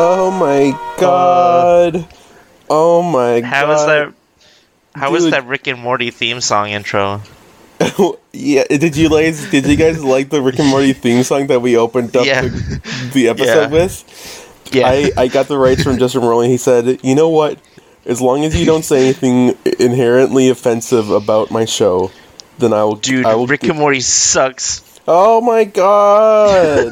Oh my god. oh my How god. is that? How is Dude. that Rick and Morty theme song intro? that? yeah, did you guys did you guys like the Rick and Morty theme song that we opened up Yeah. the, the episode Yeah. with? Yeah, I, I got the rights from Justin Roiland. He said, "You know what? As long as you don't say anything inherently offensive about my show, then I will." dude, I will Rick do- and Morty sucks. Oh my god,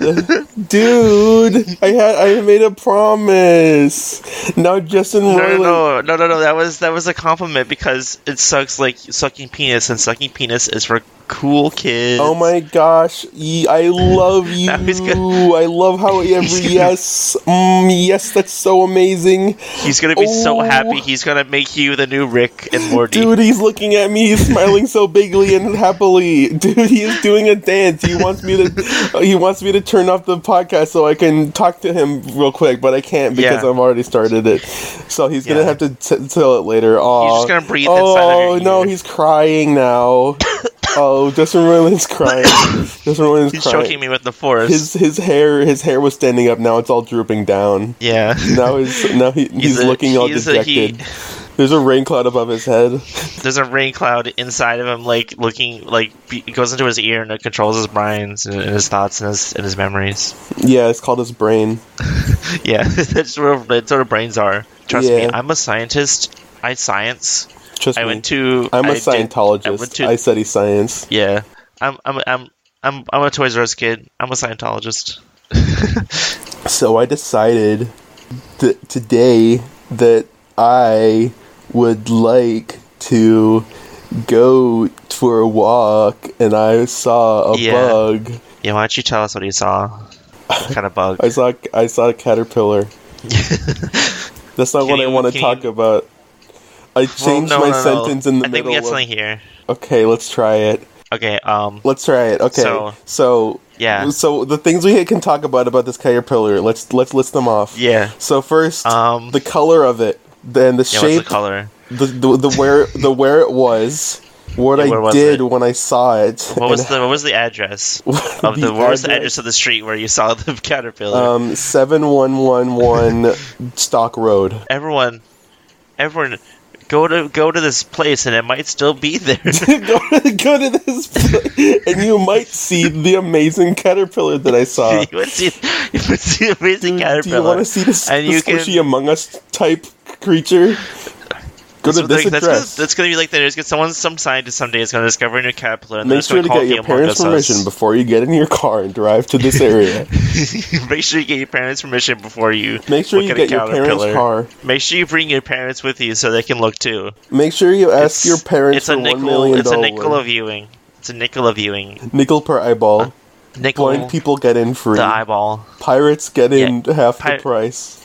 dude! I had I made a promise. Now Justin No, Roiland. no, no, no, no, no. That was that was a compliment because it sucks like sucking penis, and sucking penis is for cool kids. Oh my gosh, ye- I love you. Now he's I love how He's every gonna- yes, mm, yes, that's so amazing, He's gonna be so Oh. happy. He's gonna make you the new Rick and Morty. dude. He's looking at me, he's smiling so bigly and happily, dude. He is doing a dance. He wants me to, he wants me to turn off the podcast so I can talk to him real quick, but I can't because Yeah. I've already started it. So he's gonna Yeah. have to t- tell it later. Oh, just gonna breathe inside of Oh your no, ear. he's crying now. oh, Justin Roiland's crying. Justin Roiland's He's crying. choking me with the force. his his hair his hair was standing up now it's all drooping down yeah. now he's now he, he's, a- looking all he's a- he- dejected there's a rain cloud above his head there's a rain cloud inside of him, like looking, like it goes into his ear and it controls his brains and, and his thoughts and his and his memories. yeah it's called his brain Yeah, that's where that's where brains are. Trust me, Yeah. I'm a scientist. I science. trust I me went to. i'm a a I scientologist went to- i study science Yeah, I'm. I'm. I'm. I'm. I'm a Toys R Us kid. I'm a Scientologist. so i decided th- today that i would like to go for a walk and i saw a Yeah. bug Yeah, why don't you tell us what you saw? What kind of bug? i saw i saw a caterpillar That's not Can what I you- want to can talk you- about. I Well, changed no, my no, no. sentence in the I think middle. we got of- something here. Okay, let's try it. Okay. Um. Let's try it. Okay, so so, So- Yeah. the things we can talk about about this caterpillar. Let's let's list them off. Yeah. So first, Um. the color of it, then the yeah. What's the shape, color? the, the the where the where it was, what Yeah, where I was did it? when I saw it. What was and the What was the address what of the, What was the address of the street where you saw the caterpillar? Um, seven one one one Stock Road. everyone, everyone, go to go to this place, and it might still be there. go, to, go to this place, and you might see the amazing caterpillar that I saw. you would see, you would see the amazing Uh, Do you want caterpillar. to see this, And you this squishy can- Among Us type creature? Go to That's what this they- that's gonna- address. That's gonna be like that. There's gonna- someone, some scientist someday is gonna discover a new caterpillar. And they're Make just sure gonna to call get it your the Among parents' Us Us. permission before you get in your car and drive to this area. Make sure you get your parents' permission before you. Make sure look you at a get your parents' caterpillar. car. Make sure you bring your parents with you so they can look too. Make sure you ask your parents It's for a nickel. one million it's a dollars. nickel of viewing. It's a nickel of viewing. Nickel per eyeball. Nickel. Blind people get in free. the eyeball. Pirates get in half Pir- the price.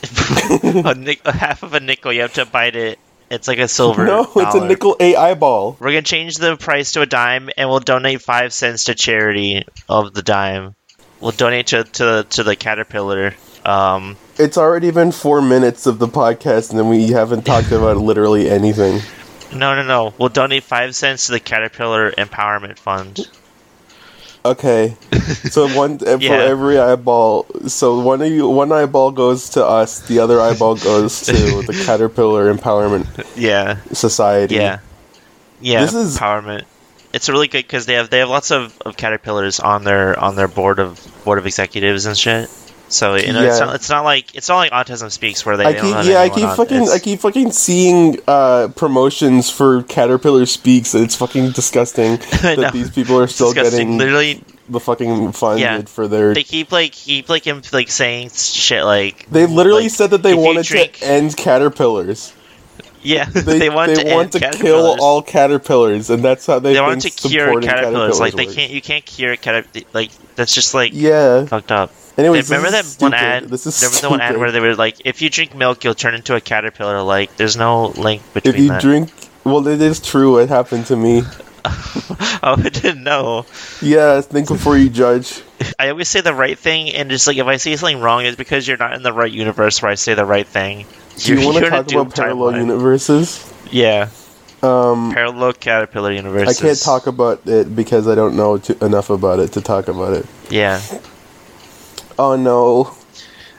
a nic- a half of a nickel. You have to bite it. It's like a silver. No, it's a dollar. nickel a eyeball. We're gonna change the price to a dime, and we'll donate five cents to charity of the dime. We'll donate to to, to the caterpillar. Um, It's already been four minutes of the podcast, and we haven't talked about literally anything. no, no, no. We'll donate five cents to the caterpillar empowerment fund. Okay, so one uh, for Yeah. every eyeball. So one of you, one eyeball goes to us, the other eyeball goes to the Caterpillar Empowerment Yeah, Society. yeah, yeah. This is- empowerment. It's really good because they have they have lots of, of caterpillars on their on their board of board of executives and shit. So you know, it's Yeah. not it's not like it's not like autism speaks where they I don't keep, have yeah, I anyone keep on. fucking, It's- I keep fucking seeing uh, promotions for Caterpillar Speaks, and it's fucking disgusting I know. that these people are still getting disgusting. Literally, the fucking funded Yeah. for their. they They, keep like keep like him like saying shit like literally like, said that they if you wanted drink- to end caterpillars. yeah they, they, want to, want to kill end caterpillars. all caterpillars, and that's how they, they want to think cure supporting caterpillars like they works. can't you can't cure caterpillars like that's just like Yeah. fucked up. Anyways, remember that this is one stupid. ad? This is there was that one ad stupid. where they were like, "If you drink milk, you'll turn into a caterpillar." Like, there's no link between if you that. drink, well, it is true. It happened to me. oh, I didn't know. Yeah, think before you judge. I always say the right thing, and just like if I say something wrong, it's because you're not in the right universe where I say the right thing. Do you You're- want you're to in a talk about doomed parallel timeline. universes? Yeah, Um, parallel caterpillar I universes. can't talk about it because I don't know to, enough about it to talk about it. Yeah, Oh no.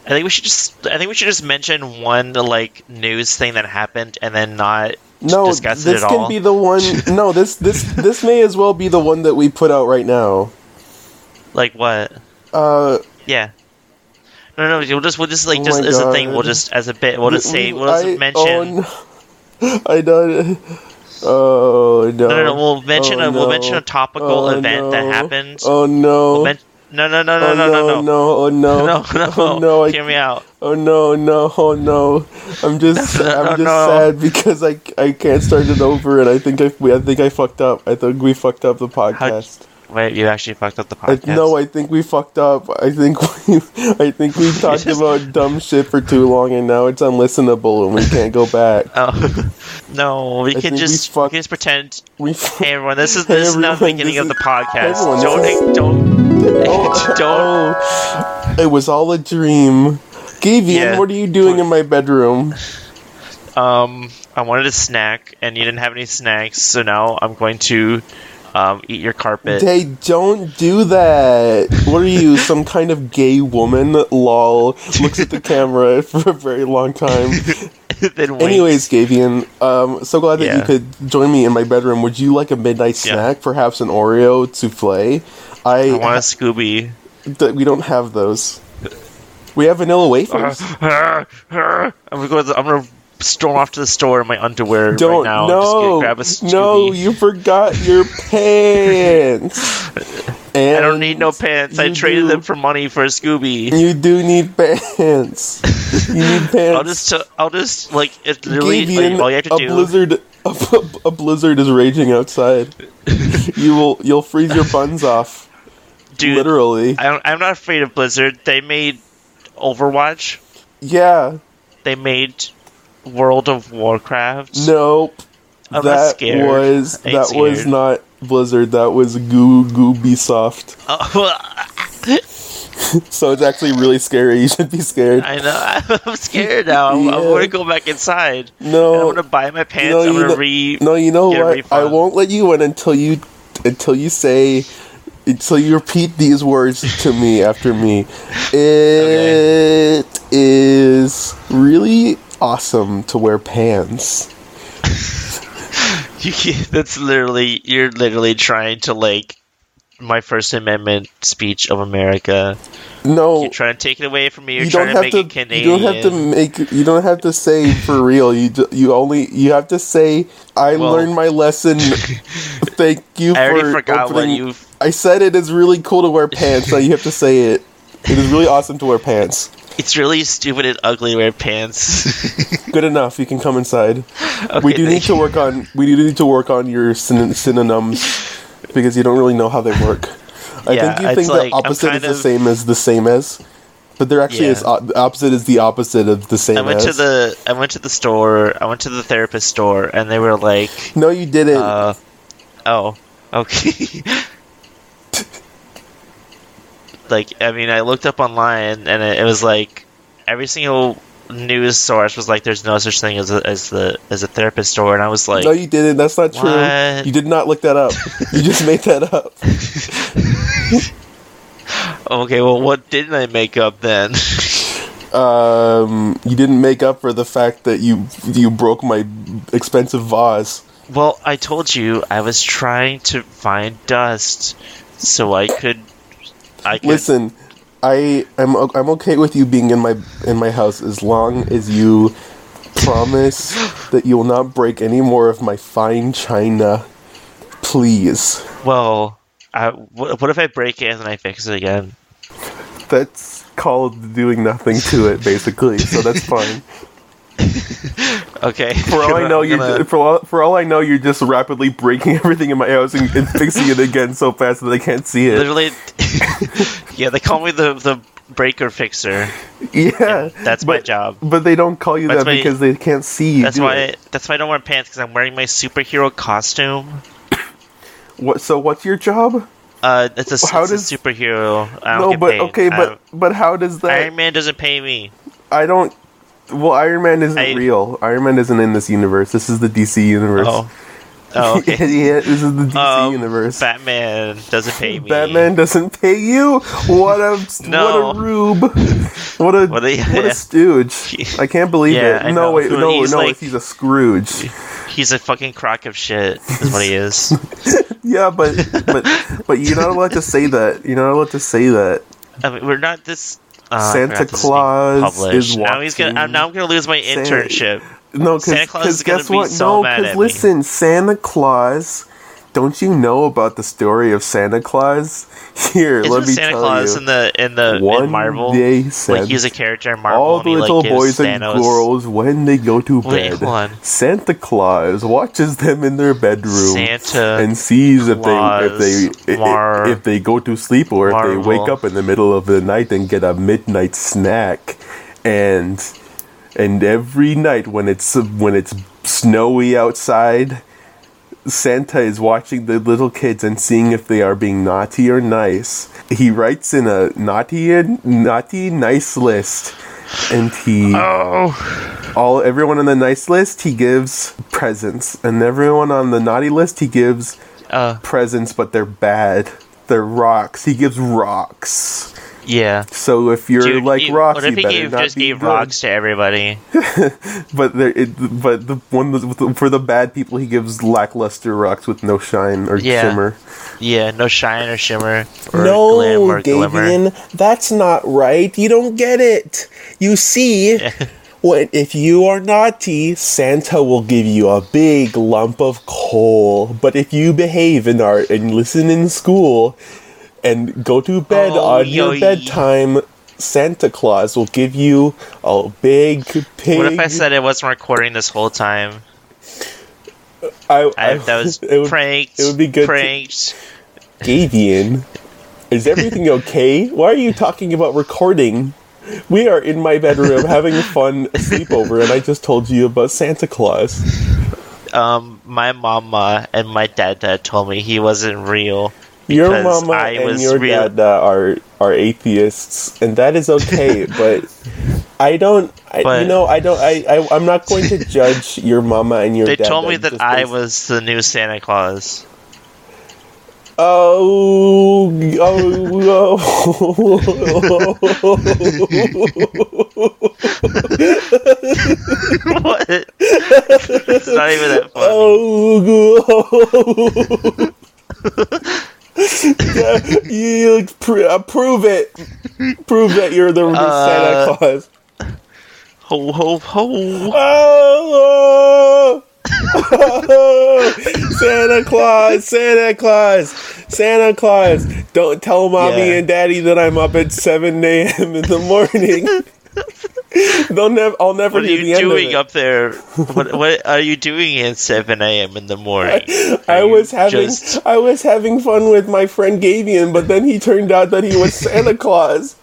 I think we should just. I think we should just mention one like news thing that happened, and then not No, discuss it this at can all. be the one. No, this this this may as well be the one that we put out right now. like what? Uh, Yeah. No, no, we'll just we'll just like Oh just my as a thing. God. We'll just as a bit. We'll just say we'll just I- mention. oh, no. I don't. Oh no! no, no, no, we'll mention Oh, a we'll no. mention a topical Oh, event that no. happened. Oh no! We'll men- no, no, no, no, oh, no, no, no, Oh no! no, no, Oh no! I, Hear me out. oh no! No! Oh no! I'm just No, no, I'm no, just no. sad because I, I can't start it over and I think I we, I think I fucked up. I think we fucked up the podcast. Wait, you actually fucked up the I, podcast. No, I think we fucked up. I think we, I think we talked just- about dumb shit for too long, and now it's unlistenable, and we can't go back. Oh no, we I can think we just we fucked- can just pretend. We. f- Hey everyone, this is Hey, this is now the everyone, beginning this of the is- podcast. everyone, this don't is- don't Oh, don't. oh, it was all a dream. Gavian, Yeah. what are you doing in my bedroom? Um, I wanted a snack, and you didn't have any snacks, so now I'm going to um, eat your carpet. Hey, don't do that. What are you, some kind of gay woman? Lol. Looks at the camera for a very long time. then wait. Anyways, Gavian, um, so glad that you Yeah. could join me in my bedroom. Would you like a midnight Yeah. snack, perhaps an Oreo souffle? I, I want a Scooby. th- we don't have those. We have vanilla wafers. Uh, I'm gonna go. to the- I'm gonna storm off to the store in my underwear don't right now. and just no get- grab a Scooby. no, you forgot your pants. And I don't need no pants. I you traded do. them for money for a Scooby. You do need pants. You need pants. I'll just, I'll just like it literally. Gavian, like, all you have to a do. blizzard, a, a blizzard is raging outside. you will, you'll freeze your buns off. Dude, literally. I don't, I'm not afraid of Blizzard. They made Overwatch. yeah. They made World of Warcraft. Nope. I'm not that scared. was I ain't that was scared. not Blizzard. That was Goo Gooby Soft. Oh, So it's actually really scary. You should be scared. I know. I'm scared now. I'm, I'm Yeah. gonna go back inside. And I'm no, gonna buy my pants. No, you I'm gonna know- re. no. You know get a what? I refund. won't let you in until you until you say until you repeat these words to me after me. It is really awesome to wear pants. You can't, that's literally you're literally trying to like my First Amendment speech of America. No, You're trying to take it away from me. You're you don't trying have to make to. it Canadian. You don't have to make. You don't have to say for real. You ju- you only you have to say. I Well- learned my lesson. Thank you I for already forgot opening. what you. I said it is really cool to wear pants. now you have to say it. It is really awesome to wear pants. It's really stupid and ugly to wear pants. Good enough. You can come inside. Okay, we do need thank to work on. We do need to work on your syn- synonyms because you don't really know how they work. I Yeah, think you it's think like, the I'm opposite is kind the of- same as the same as, but there actually Yeah. is o- the opposite is the opposite of the same. I went as. to the I went to the store. I went to the therapist store, and they were like, No, you didn't. uh, "Oh, okay." like, I mean, I looked up online, and it, it was like every single news source was like, "There's no such thing as a, as the as a therapist store," and I was like, no, you didn't. That's not true. What? You did not look that up. you just made that up. "Okay, well, what didn't I make up then?" Um, you didn't make up for the fact that you you broke my expensive vase. Well, I told you I was trying to find dust so I could. I could. Listen, I I'm o- I'm okay with you being in my in my house as long as you promise that you will not break any more of my fine china. Please. Well, I, what, what if I break it and then I fix it again? That's called doing nothing to it, basically. So that's fine. Okay. For all I know, I'm you're gonna- ju- for all, for all I know, you're just rapidly breaking everything in my house and, and fixing it again so fast that I can't see it. literally. yeah, they call me the the breaker fixer. yeah, That's my but, job. But they don't call you That's that my- because they can't see you. That's do why. It. That's why I don't wear pants because I'm wearing my superhero costume. What? So what's your job? Uh, it's a, How it's a does- superhero. I don't No, get but paid. okay, I but don't- but how does that? Iron Man doesn't pay me. I don't. Well, Iron Man isn't I- real. Iron Man isn't in this universe. This is the DC universe. Oh, Oh, okay. yeah, this is the DC Um, universe. Batman doesn't pay me. Batman doesn't pay you. What a No. what a rube. What a what What a, a- stooge. I can't believe Yeah, I it. No know. wait, no He's no, like- he's a Scrooge. He's a fucking crock of shit, is what he is. Yeah, but but but you're not allowed to say that. You're not allowed to say that. I mean, we're not this. Uh, Santa we're not this Claus being published. is Now he's gonna. watching. I'm, now I'm gonna lose my Santa- internship. No, Santa Claus because is gonna guess be what? so no, mad because at me. listen, Santa Claus. Don't you know about the story of Santa Claus? Here, Isn't let me Santa tell Claus you. in the in the One in Marvel? day like Santa- he's a character in Marvel. all and the he, like, little gives boys and Thanos- girls, when they go to Wait, bed, hold on. Santa Claus watches them in their bedroom Santa and sees if they if Claus, they i- i- Mar- if they go to sleep or if they wake Marvel. up in the middle of the night and get a midnight snack, and and every night when it's when it's snowy outside. Santa is watching the little kids and seeing if they are being naughty or nice. He writes in a naughty and naughty nice list, and he Oh, all everyone on the nice list he gives presents, and everyone on the naughty list he gives uh, presents, but they're bad. They're rocks. He gives rocks. yeah. So if you're Dude, like he- rocks, what you if he better gave, not just be gave good. rocks to everybody? But there, it, but the one with the- for the bad people, he gives lackluster rocks with no shine or Yeah. shimmer. Yeah, no shine or shimmer or no, glam or glimmer. Davian, that's not right. You don't get it. You see, when, if you are naughty, Santa will give you a big lump of coal. But if you behave and are and listen in school and go to bed Oh, on your yoy. bedtime, Santa Claus will give you a big pig. What if I said it wasn't recording this whole time? I, I, I- that was it would- pranked. it would be good to- Pranked. Gavian, is everything okay? Why are you talking about recording? We are in my bedroom having a fun sleepover, and I just told you about Santa Claus. um, my mama and my dad dad told me he wasn't real. Your Because mama I and was your real- dad uh, are are atheists, and that is okay. but I don't, I, you But- know, I don't, I, I, I'm not going to judge your mama and your They dad. told me just that I based- was the new Santa Claus. Oh, oh, oh. what? it's not even that funny. Oh, yeah, you look pr- uh, prove it. Prove that you're the real Santa Uh, Claus. Ho ho ho! Oh, oh. Santa Claus, Santa Claus, Santa Claus. Don't tell mommy Yeah. and daddy that I'm up at 7 a.m. in the morning. They'll never. I'll never What are hear the you end of doing it. up there? What what are you doing at seven a.m. in the morning? Are I you was having just- I was having fun with my friend Gavian, but then he turned out that he was Santa Claus.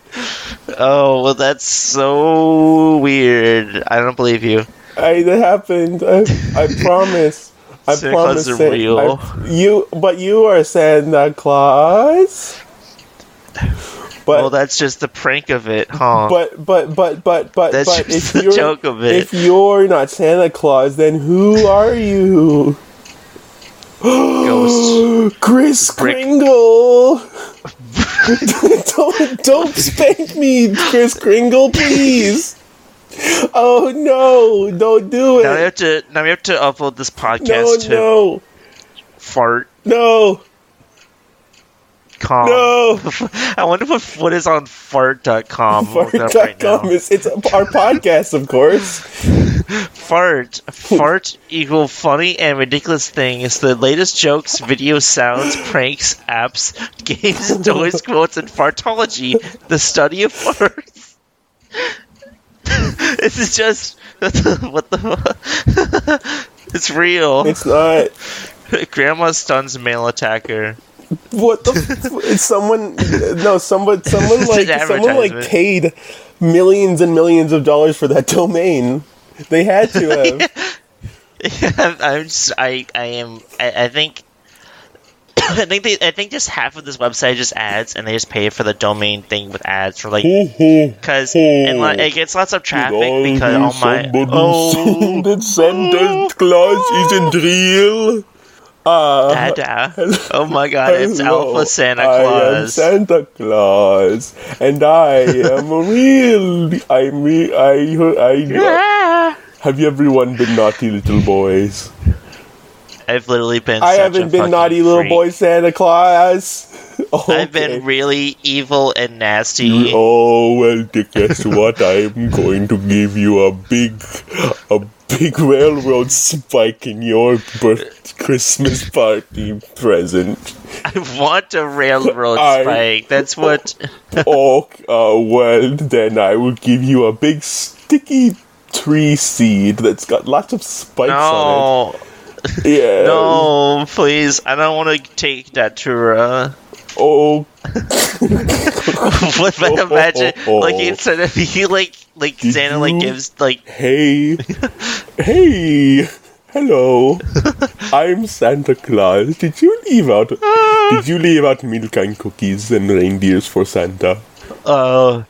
Oh well, that's so weird. I don't believe you. I that happened. I, I promise. I Santa promise. Claus is Sa- real. I- you, but you are Santa Claus. But well, that's just the prank of it, huh? but but but but but That's but just if the you're joke of it. if you're not Santa Claus, then who are you? Ghost. Chris Brick. Kringle. don't don't spank me, Chris Kringle, please. Oh no! Don't do now we it. have to now we have to upload this No, podcast to no, fart no, com. no. I wonder what what is on fart.com. I'll look it up right Fart.com now. is it's our podcast, of course. Fart. Fart equal funny and ridiculous things. The latest jokes, videos, sounds, pranks, apps, games, toys, quotes, and fartology. The study of farts. this is just what the fu- It's real. It's not. Grandma stuns male attacker. What the? F- it's someone? No, someone. Someone It's like an someone like advertisement. paid millions and millions of dollars for that domain. They had to have. I'm, I'm just, I, I am, I, I think, I think they, I think just half of this website just ads, and they just pay for the domain thing with ads for like, because Oh, it gets lots of traffic because all my, Somebody oh, said that Santa Claus isn't real. Uh, Da, da. Oh my god, it's hello, Alpha Santa I am Claus. Santa Claus, and I am a real. I mean, I, I. Ah. Have you everyone been naughty little boys? I've literally been. I such a haven't been fucking naughty little freak. boy Santa Claus. Okay. I've been really evil and nasty. Oh well, guess what? I'm going to give you a big, a big railroad spike in your birth Christmas party present. I want a railroad I- spike. That's what. oh, uh, well, then I will give you a big sticky tree seed that's got lots of spikes on No, it. Yeah. no, please! I don't want to uh, take Datura. Oh, but but imagine, Oh. like instead of he like like Did Santa like you- gives like hey. hey. Hello. I'm Santa Claus. Did you leave out Ah. Did you leave out milk and cookies and reindeers for Santa? oh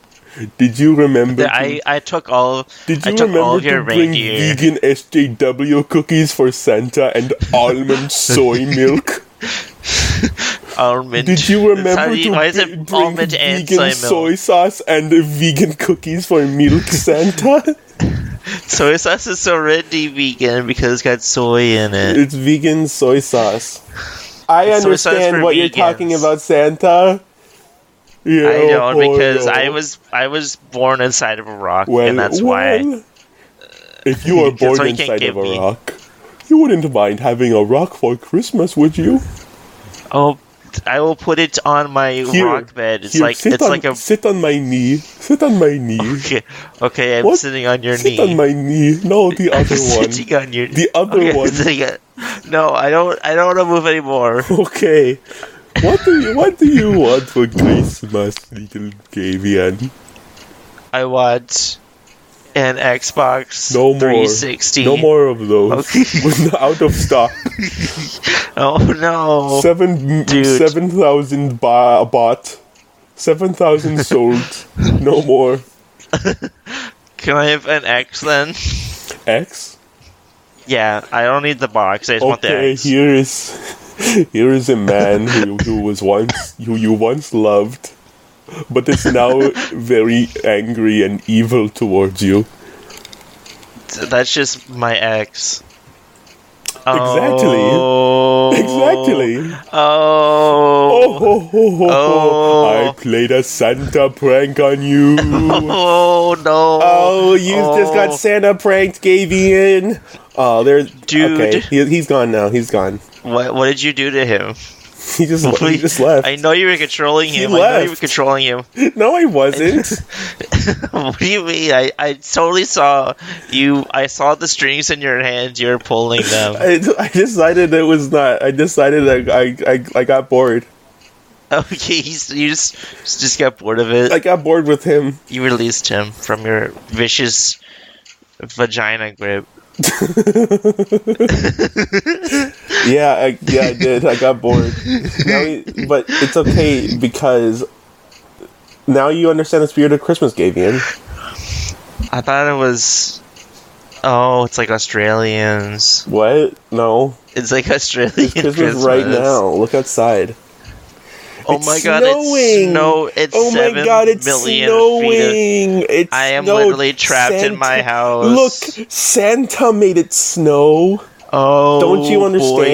Did you remember to- I I took all Did you I took remember all of your to bring reindeer. vegan SJW cookies for Santa and almond soy milk? almond. Did you That's how remember you- to why is b- it bring almond and soy vegan milk? soy sauce and vegan cookies for milk Santa? Soy sauce is already vegan because it's got soy in it. it's vegan soy sauce. I It's soy sauce understand for what you're vegans. talking about, Santa. You I know, don't because oh, I no. was I was born inside of a rock Well, and that's why well, If you were That's why born you can't inside give of a me- rock, you wouldn't mind having a rock for Christmas, would you? oh I will put it on my Here, rock bed. It's Here, like sit it's on, like a sit on my knee. Sit on my knee. okay, okay I'm What? sitting on your sit knee. on my knee. No, the I'm other one. sitting on your The other okay, I'm one. sitting on- No, I don't I don't want to move anymore. Okay. What do you What do you want for Christmas, little Gavian? I want an Xbox No more. 360. No more of those. Okay. We're out of stock. Oh no. Seven Dude. seven thousand ba- bought. Seven thousand sold. No more. Can I have an X then? X. Yeah, I don't need the box. I just want the Okay, X. here is here is a man who, who was once who you once loved, but is now very angry and evil towards you. That's just my ex. Exactly. Oh. Exactly. Oh, Oh. ho, ho, ho, ho. Oh. I played a Santa prank on you. Oh, no. Oh, you just got Santa pranked, Gavian. Oh, there's Dude. Okay, he, he's gone now. He's gone. What, what did you do to him? He just he Please- just left. I know you were controlling him. I know you were left. controlling him. no, I wasn't. what do you mean? I, I totally saw you. I saw the strings in your hands. You were pulling them. I, I decided it was not. I decided I, I, I, I got bored. Okay, he's, you just just got bored of it. I got bored with him. you released him from your vicious vagina grip. Yeah, I, yeah, I did. I got bored. Now he- but it's okay because now you understand the spirit of Christmas, Gavian. I thought it was. Oh, it's like Australians. What? No, It's like Australian Christmas, Christmas right now. Look outside. Oh It's my god, snowing. it's snow. It's Oh my seven god, it's million feet. snowing! It's Of, I am snowed. literally trapped in my Santa- house. Look, Santa made it snow. oh, Don't you understand, boy.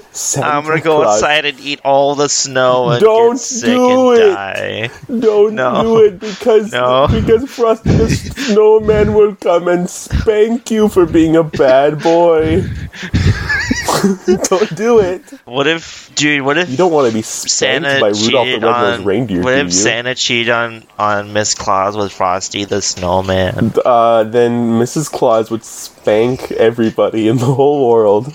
Gavian? Santa I'm gonna go Claus outside and eat all the snow and Don't get sick do and it. die. Don't No. do it because No. because Frosty the Snowman will come and spank you for being a bad boy. don't do it. What if, dude? What if You don't want to be spanked Santa by Rudolph the cheated Red-Nosed on? Reindeer, what do if you? Santa cheated on on Miss Claus with Frosty the Snowman? Uh, then Mrs. Claus would spank everybody in the whole world.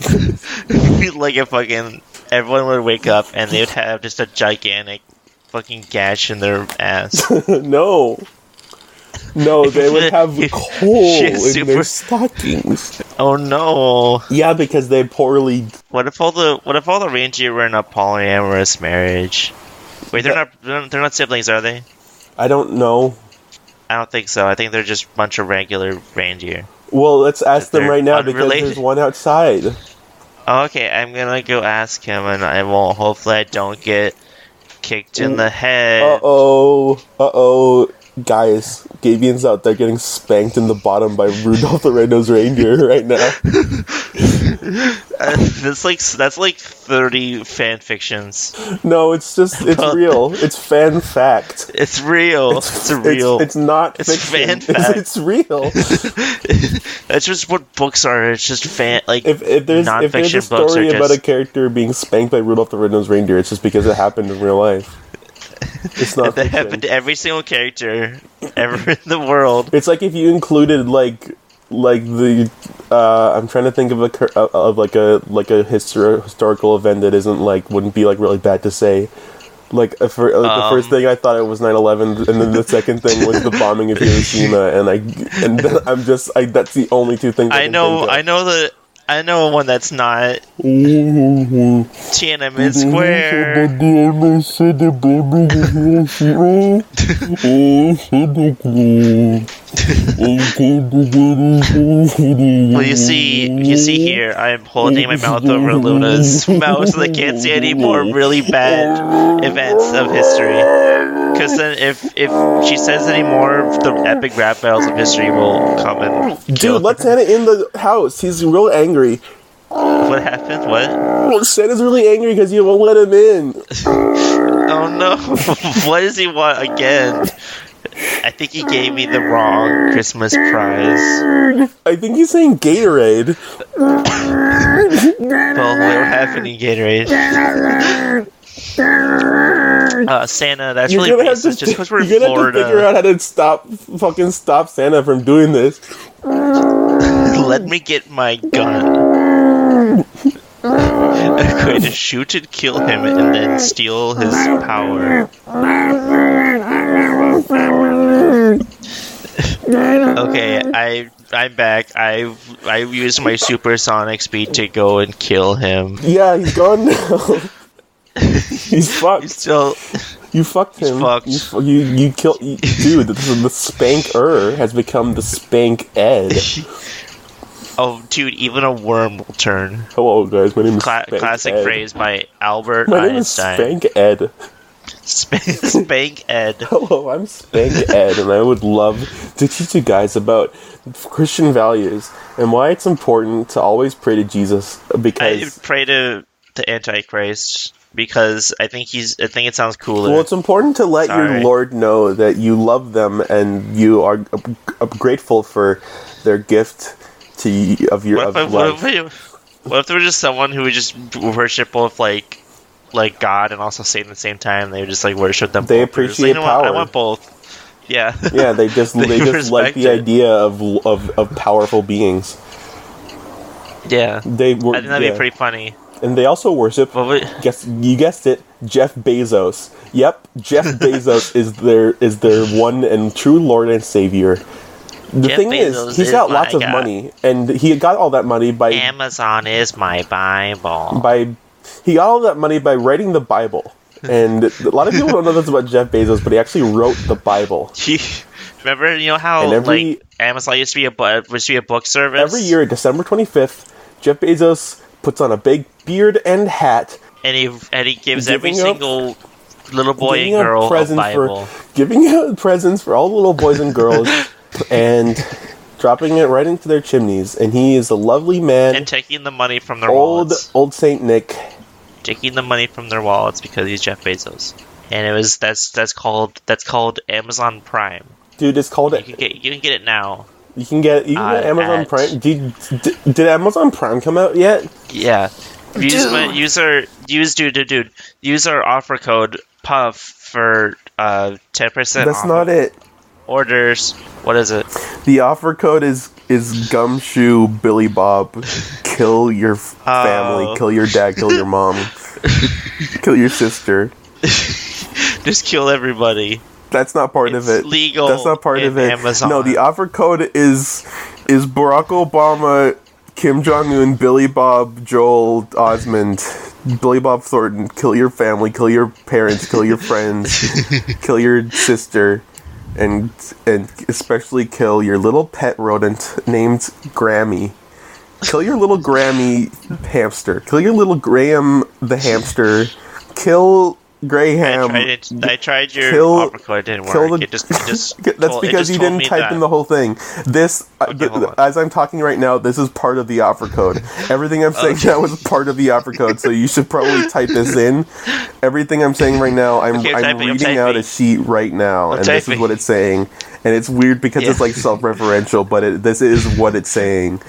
like if fucking everyone would wake up and they would have just a gigantic fucking gash in their ass. no. No, they would have coal in She's their super- stockings. oh no! Yeah, because they poorly What if all the what if all the reindeer were in a polyamorous marriage? Wait, they're not they're not- they're not siblings, are they? I don't know. I don't think so. I think they're just a bunch of regular reindeer. Well, let's ask them They're right now because unrelated. there's one outside. Okay, I'm gonna go ask him, and I won't. Hopefully, I don't get kicked in the head. Uh oh. Uh oh. Guys, Gabian's out there getting spanked in the bottom by Rudolph the Red-Nosed Reindeer right now. that's like that's like thirty fan fictions. No, it's just, it's real. It's fan fact. It's real. It's, real. It's, not It's fiction. fan It's- fact. It's, real. that's just what books are. It's just fan like If, if there's if there's a nonfiction books are story about just. a character being spanked by Rudolph the Red-Nosed Reindeer, it's just because it happened in real life. It's not that fiction. happened to every single character ever in the world. It's like if you included like like the uh, I'm trying to think of a cur- of- of like a like a histor- historical event that isn't like wouldn't be like really bad to say. Like, a fir- like the first Um. thing I thought it was 9/11, and then the second thing was the bombing of Hiroshima, and I and then I'm just I that's the only two things I, I can know. Think I know the. I know one that's not know. Tiananmen Mm-hmm. Square. Well, you see, you see here, I'm holding my mouth over Luna's mouth so they can't see any more really bad events of history. Because then, if if she says any more, the epic rap battles of history will come and kill Dude, her. let Santa in the house. He's real angry. What happened? What? Oh, Santa's really angry because you won't let him in. Oh no! what does he want again? I think he gave me the wrong Christmas prize. I think he's saying Gatorade. Well, we don't have any Gatorade. Uh, Santa, that's You're really gonna have racist. to, just because we're in you're gonna Florida. have to figure out how to stop fucking stop Santa from doing this. Let me get my gun. I'm going to shoot and kill him and then steal his power. Okay, I I'm back. I I used my supersonic speed to go and kill him. Yeah, he's gone now. he's He's fucked. Still, You fucked him. fucked. You fu- you, you killed. You, dude, this is the spanker has become the spank ed. oh dude, even a worm will turn. Hello, guys. My name is Cla- Spank classic Ed. phrase by Albert My name is Einstein. Spank Ed. Spank, spank Ed. Hello, I'm Spank Ed, and I would love to teach you guys about Christian values and why it's important to always pray to Jesus I would because. pray to to Antichrist because I think he's. I think it sounds cooler. well, it's important to let your Sorry. Lord know that you love them and you are uh, uh, grateful for their gift to y- of your what, of if, I- what, if love. I, what if there was just someone who would just worship both like like God and also Satan at the same time? They would just like worship them. They both. They're just appreciate like, "You know what? I power." want both. Yeah. Yeah, they just they, They just like the respect it. idea of, of of powerful beings. yeah. They were, I think that'd yeah. be pretty funny. and they also worship What would, Guess you guessed it, Jeff Bezos. Yep, Jeff Bezos is their is their one and true Lord and Savior. The Jeff thing Bezos is, he's is got my lots of God. money, and he got all that money by Amazon is my Bible. by he got all that money by writing the Bible. And a lot of people don't know this about Jeff Bezos, but he actually wrote the Bible. Remember, you know how And every- like Amazon used to be a bu- used to be a book service. Every year, December twenty fifth, Jeff Bezos puts on a big beard and hat, and he and he gives every Giving up- single little boy and giving out girl a presents Bible. for giving out presents for all the little boys and girls and dropping it right into their chimneys and he is a lovely man and taking the money from their old wallets. old saint nick Taking the money from their wallets because he's Jeff Bezos. And it was that's that's called that's called Amazon Prime. dude it's called You can get you can get it now. you can get you can get Uh, amazon at- prime did, did, did amazon prime come out yet Yeah. If you Use my Dude. use our use dude dude dude use our offer code puff for uh ten percent that's not it orders. What is it? the offer code is is gumshoe billy bob kill your f- family Oh. kill your dad kill your mom kill your sister Just kill everybody. That's not part of it. It's legal That's not part in of it. Amazon. No, the offer code is is Barack Obama, Kim Jong Un, Billy Bob, Joel Osmond, Billy Bob Thornton. Kill your family. Kill your parents. Kill your friends. kill your sister. and and especially kill your little pet rodent named Grammy. Kill your little Grammy hamster. Kill your little Graham the hamster. Kill Graham. I, tried it, I tried your Um, Kill- uppercut, it didn't kill work. the- it just, it just That's told- it because just you told didn't me type that. in the whole thing. This, uh, th- hold on. as I'm talking right now, this is part of the offer code. Everything I'm saying now is part of the offer code, so you should probably type this in. Everything I'm saying right now, I'm, Okay, I'm I'm typing, I'm reading out typing. a sheet right now, and this is typing. what it's saying. And it's weird because it's Yeah. like self-referential, but it, this is what it's saying.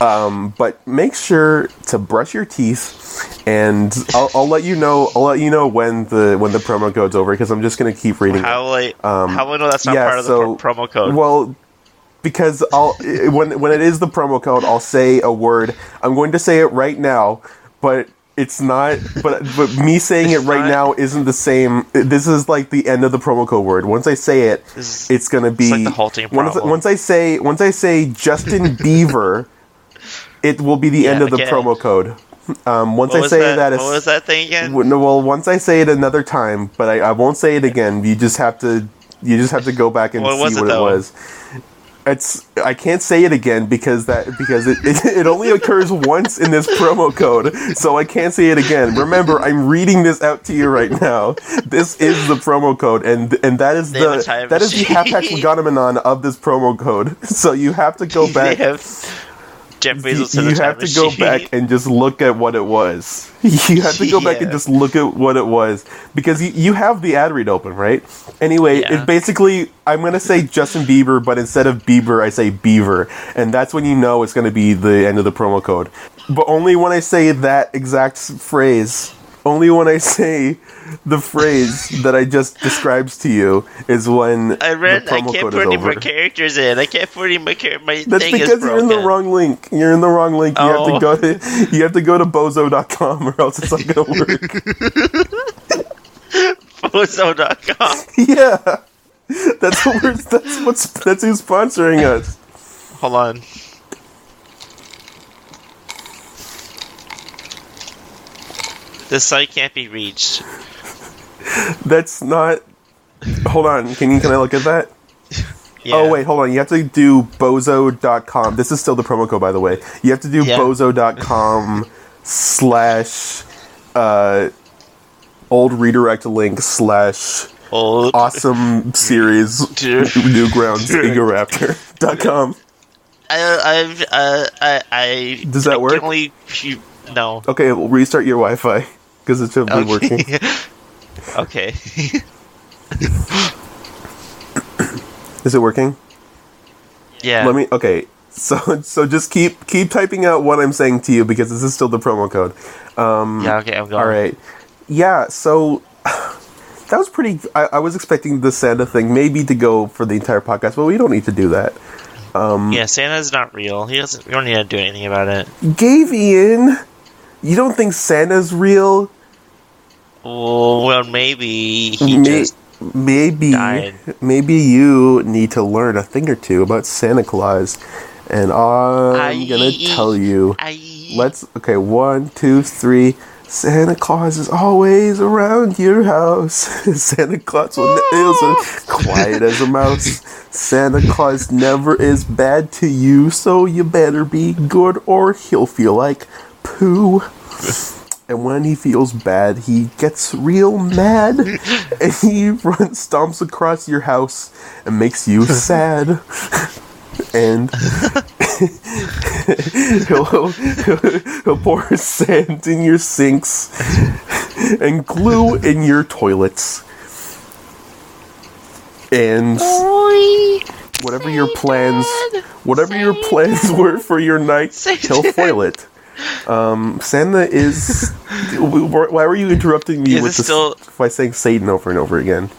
Um, but make sure to brush your teeth, and I'll, I'll let you know. I'll let you know when the when the promo code's over because I'm just gonna keep reading. it. How will I, Um, how will I know that's not part of the pro- promo code? Well, because I'll i- when when it is the promo code, I'll say a word. I'm going to say it right now, but it's not. But but me saying it It's right not- now isn't the same. This is like the end of the promo code word. Once I say it, This is- it's gonna be like the halting once, problem. once I say once I say Justin Bieber, it will be the end Yeah, of the okay. promo code. Um, once what I was say that, that, what was that thing again? well, no, well, once I say it another time, but I, I won't say it again. You just have to, you just have to go back and What see was it, what it though? was. It's I can't say it again because that because it, it, it only occurs once in this promo code, so I can't say it again. Remember, I'm reading this out to you right now. This is the promo code, and and that is They have a the time that is the machine. Hapax Megaminon of this promo code. So you have to go They back. have Jeff You, Bezos in you the have time to go machine. back and just look at what it was. You have to go back and Yeah. just look at what it was because you, you have the ad read open, right? Anyway, Yeah. it basically I'm gonna say Justin Bieber, but instead of Bieber, I say Beaver, and that's when you know it's gonna be the end of the promo code. But only when I say that exact s- phrase. Only when I say the phrase that I just describes to you is when I read. the I promo can't code put is any over. more characters in. I can't put any more characters. My That's thing is because you're in broken. the wrong link. You're in the wrong link. You Oh. have to go to you have to go to bozo.com or else it's not gonna work. Bozo.com. yeah. That's what we're that's what's that's who's sponsoring us. Hold on. The site can't be reached. That's not Hold on, can you can I look at that? Yeah. Oh wait, hold on. You have to do bozo.com. This is still the promo code by the way. You have to do Yeah. bozo.com slash uh old redirect link slash Old. Oh, awesome series newgrounds igoraptor.com. I, I've, uh, I, I. Does that I work? Can only, you, no. Okay, we'll restart your Wi-Fi because it should be working. okay. Is it working? yeah. Let me. Okay, so so just keep keep typing out what I'm saying to you because this is still the promo code. Um, Yeah. Okay. I'm going. All right. Yeah. So that was pretty. I, I was expecting the Santa thing maybe to go for the entire podcast, but we don't need to do that. Yeah. Santa's not real. He doesn't. We don't need to do anything about it. Gavian, you don't think Santa's real? Well, well maybe he May- just. maybe died. maybe you need to learn a thing or two about Santa Claus, and I'm I- gonna tell you. I. Let's okay. One, two, three. Santa Claus is always around your house. Santa Claus will ne- is a- quiet as a mouse. Santa Claus never is bad to you, so you better be good or he'll feel like poo. And when he feels bad, he gets real mad and he runs, stomps across your house and makes you sad. and he'll, he'll pour sand in your sinks and glue in your toilets. And Boy, whatever your plans, whatever your plans were for your night, Say he'll that. foil it. Um, Santa is. Why were you interrupting me Is with it this still- by saying Satan over and over again?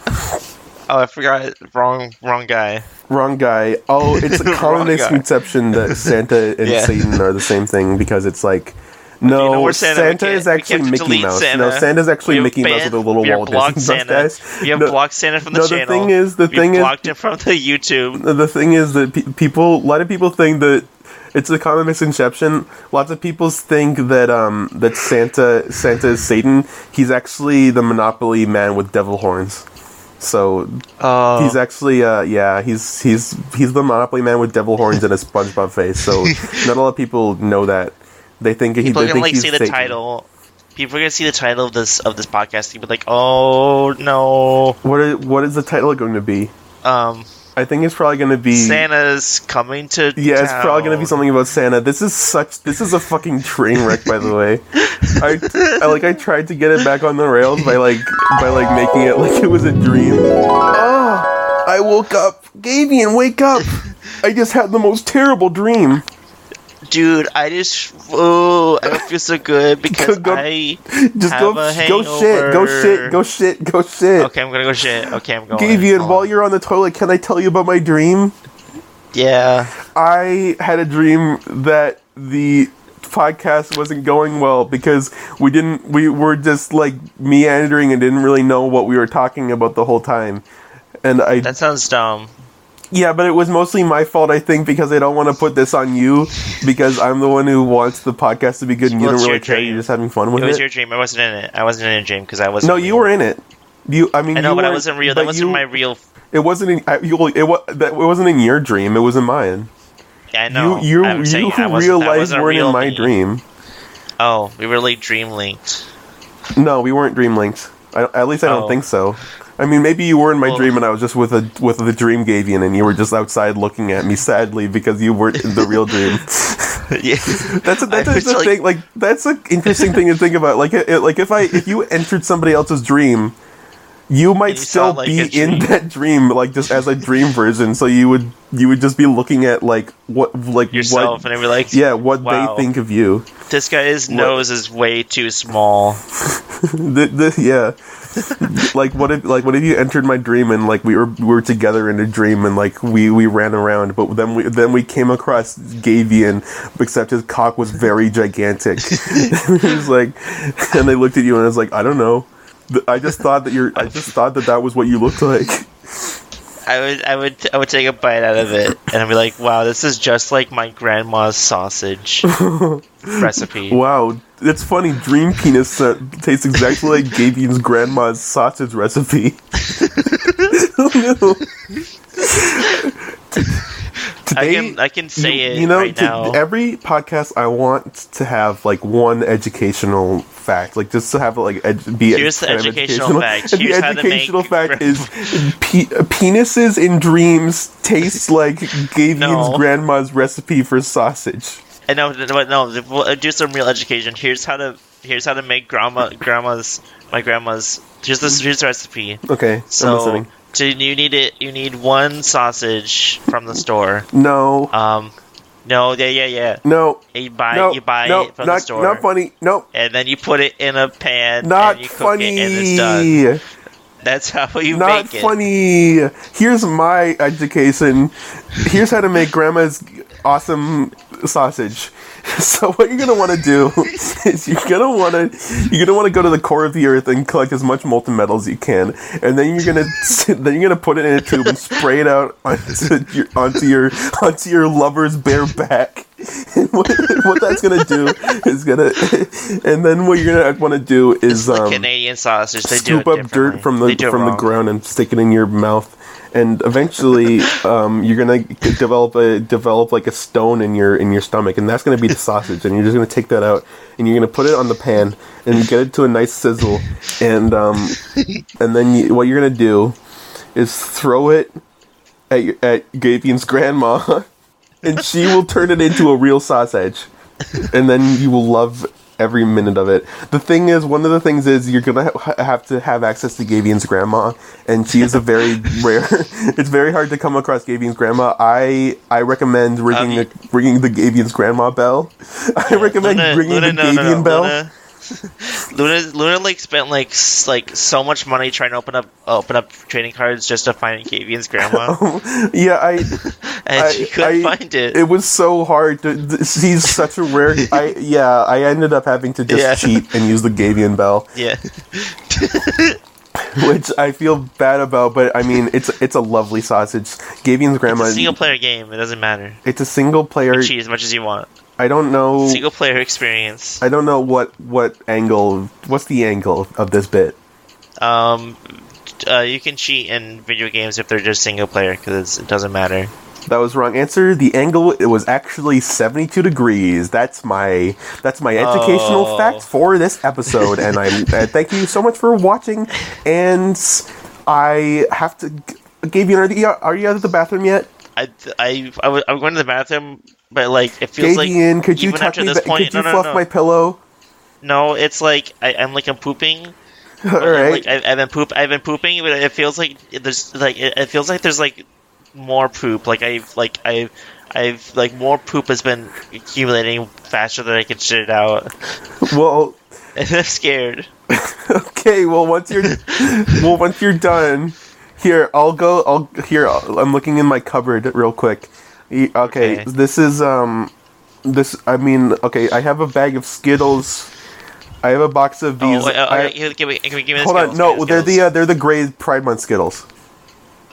Oh, I forgot. Wrong, wrong guy. Wrong guy. Oh, it's a Wrong common guy. misconception that Santa and Yeah. Satan are the same thing because it's like. No, know we're Oh, Santa, Santa, we can't- is we actually can't Mickey delete Mouse. No, Santa. Santa's actually have Mickey Mouse banned- with a little we have Walt blocked Disney Santa. mustache. We have No- blocked Santa from the no, the channel. thing is- the we thing is- blocked him from the YouTube. the thing is that pe- people, a lot of people think that it's a common misconception. Lots of people think that um, that Santa Santa is Satan. He's actually the Monopoly man with devil horns. So Oh, he's actually, uh, yeah, he's he's he's the Monopoly man with devil horns and a SpongeBob face. So not a lot of people know that. They think he. people they are gonna think like he's see the Satan. title. People are gonna see the title of this of this podcast and be like, "Oh no, What is, what is the title going to be? um, I think it's probably going to be Santa's coming to." Hmm. Yeah, it's probably gonna be town." something about Santa. This is such. This is a fucking train wreck, by the way. I, I like. I tried to get it back on the rails by like by like making it like it was a dream. Oh, I woke up, Gavian, wake up! I just had the most terrible dream. Dude, I just oh, I don't feel so good because Go- I Just go, Have a go shit, go shit, go shit, go shit. okay, I'm gonna go shit. Okay, I'm going. Gavian, Hold while on. you're on the toilet, can I tell you about my dream? yeah, I had a dream that the podcast wasn't going well because we didn't we were just like meandering and didn't really know what we were talking about the whole time. And I that sounds dumb. yeah, but it was mostly my fault I think because I don't want to put this on you because I'm the one who wants the podcast to be good and you don't Well, it's really your care. dream. You're just having fun with It it. was your dream. I wasn't in it. I wasn't in a dream because I wasn't. no, you real. were in it. You I mean I know, you but I weren't- wasn't real. That but wasn't you- my real. It wasn't in I, you, it, wa- that, it wasn't in your dream. It was in mine. Yeah, I know. you I'm you saying you I who wasn't- real that life wasn't a weren't real in my me. dream. Oh, we were like dream linked. No, we weren't dream linked. I, at least I don't Oh. think so. I mean, maybe you were in my Well- dream, and I was just with a with the dream Gavian, and you were just outside looking at me sadly because you weren't in the real dream. yeah. That's a, that's I a was like- thing. Like that's an interesting thing to think about. Like it, it- like if I if you entered somebody else's dream, you might You still sound like be a in dream. that dream, like just as a dream version. So you would you would just be looking at like what like Yourself, what and they were like, yeah what Wow. they think of you. this guy's nose is way too small. The, the, yeah. like what if like what if you entered my dream and like we were we were together in a dream and like we we ran around but then we then we came across Gavian except his cock was very gigantic. it was like and they looked at you and I was like I don't know. Th- I just thought that you're I just thought that that was what you looked like. I would, I would, I would take a bite out of it, and I'd be like, "Wow, this is just like my grandma's sausage recipe." Wow, it's funny dream penis uh, tastes exactly like Gavian's grandma's sausage recipe. oh no. I Today- can, I can say you, it you know, right to- now. every podcast I want to have like one educational fact, like just to have like ed- be Here's the kind of educational fact. And Here's the how to make educational fact is pe- penises in dreams taste like Gavian's No. grandma's recipe for sausage. And no, no, no, we'll uh, do some real education. Here's how to, here's how to make grandma, grandma's, my grandma's. Here's this, here's the recipe. Okay, I'm So, listening. so you need it. You need one sausage from the store. No, Um, no, yeah, yeah, yeah. no, You buy, no, you buy no, it from not, the store. not funny. No, and then you put it in a pan and not you cook funny. it and it's done. That's how you not make it. funny. Here's my education. Here's how to make grandma's awesome sausage. So what you're gonna want to do is you're gonna want to you're gonna want to go to the core of the earth and collect as much molten metal as you can, and then you're gonna then you're gonna put it in a tube and spray it out onto your onto your onto your lover's bare back. And what, what that's gonna do is gonna, and then what you're gonna want to do is The um, Canadian sausage. They scoop do it up dirt from differently. the They do it from the wrong. ground and stick it in your mouth, and eventually um, you're gonna g- develop a develop like a stone in your in your stomach, and that's gonna be the sausage. And you're just gonna take that out, and you're gonna put it on the pan and get it to a nice sizzle, and um, and then you, what you're gonna do is throw it at your- at Gavian's grandma, and she will turn it into a real sausage and then you will love every minute of it. The thing is, one of the things is you're gonna ha- have to have access to Gavian's grandma, and she is a very rare. It's very hard to come across Gavian's grandma. I I recommend ringing Um, the ringing the Gavian's grandma bell. I recommend Luna, ringing Luna, the no, Gavian no, no, bell. Luna, Luna, Luna, like spent like s- like so much money trying to open up open up trading cards just to find Gavian's grandma, Yeah, I and I- she couldn't I- find it. it was so hard. To, th- she's such a rare. I yeah, I ended up having to just Yeah. cheat and use the Gavian bell. yeah, which I feel bad about, but I mean, it's it's a lovely sausage. Gavian's it's grandma. a single player game. It doesn't matter. It's a single player. Cheat as much as you want. I don't know. Single player experience. I don't know what what angle. What's the angle of this bit? Um, uh, you can cheat in video games if they're just single player because it doesn't matter. That was wrong answer. The angle it was actually 72 degrees. That's my that's my educational Oh. fact for this episode and I uh, thank you so much for watching and I have to g- gave you an idea. Are you out of the bathroom yet? I I I was, I was going to the bathroom, but like it feels Gave like you in. Could you even tuck after me this back? point, Could you no, no, fluff no. my pillow? no, it's like I, I'm like I'm pooping. All right. Like I, I've been poop I've been pooping, but it feels like there's like it, it feels like there's like more poop. Like I've like I've. I've like more poop has been accumulating faster than I can shit it out. well, And I'm scared. okay. Well, once you're well, once you're done, here I'll go. I'll here. I'll, I'm looking in my cupboard real quick. E- Okay, Okay. this is um, this. I mean, okay. I have a bag of Skittles. I have a box of these. Oh, wait, oh, I- okay, here, give me, give me, give me the hold on. Skittles, No, give me they're the Skittles. uh, they're the gray Pride Month Skittles.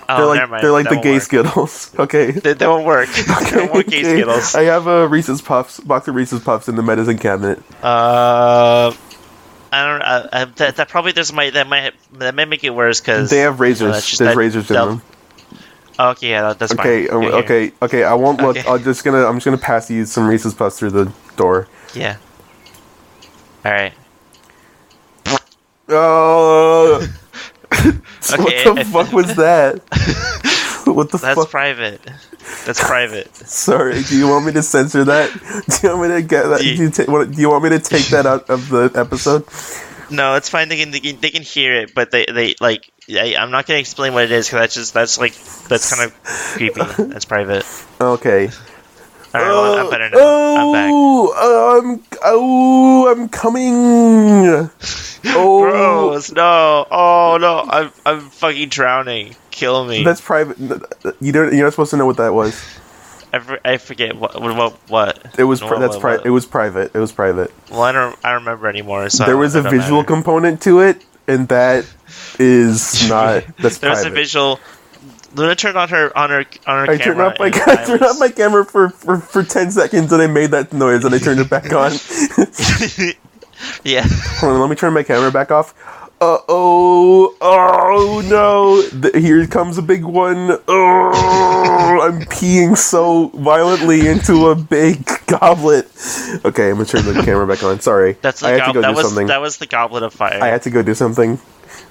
Oh, They're like never mind, they're like that the won't gay work. Skittles. Okay. They, they won't work. they won't work gay Okay. Skittles. I have a Reese's Puffs box of Reese's Puffs in the medicine cabinet. Uh, I don't. Uh, uh, that, that probably there's my that might that may make it worse uh, because They have razors. There's razors in them. Oh, Okay, yeah, that, that's fine. Okay, um, Here, here. okay, okay. I won't look. Okay. I'm just gonna. I'm just gonna pass you some Reese's Puffs through the door. Yeah. All right. Oh. Okay, what the I- fuck was that? what the That's fuck? private. That's private. Sorry. Do you want me to censor that? Do you want me to get that? Do Ye- you, ta- want, do you want me to take that out of the episode? No, it's fine. They can they can, they can hear it, but they they like. I, I'm not gonna explain what it is because that's just that's like that's kind of creepy. That's private. Okay. All right, well, I'm Oh, better now. I'm back. Oh, I'm oh, I'm coming. Oh, Gross! No! Oh no! I'm I'm fucking drowning. Kill me! that's private. You don't. You're not supposed to know what that was. I, for, I forget what what what. what. It was No, pri- that's what- pri- what- it was private. It was private. Well, I don't I don't remember anymore. So there was it a don't visual matter. component to it, and that is not that's there was a private. visual. Luna turned on her on her on her I turned camera. off my and I turned was- off my camera for, for, for ten seconds, and I made that noise, and I turned it back on. yeah. Hold on, let me turn my camera back off. Uh oh! Oh no! Th- here comes a big one. Oh, I'm peeing so violently into a big goblet. Okay, I'm gonna turn the camera back on. Sorry, That's the I had to gob- go that do was something. that was the goblet of fire. I had to go do something.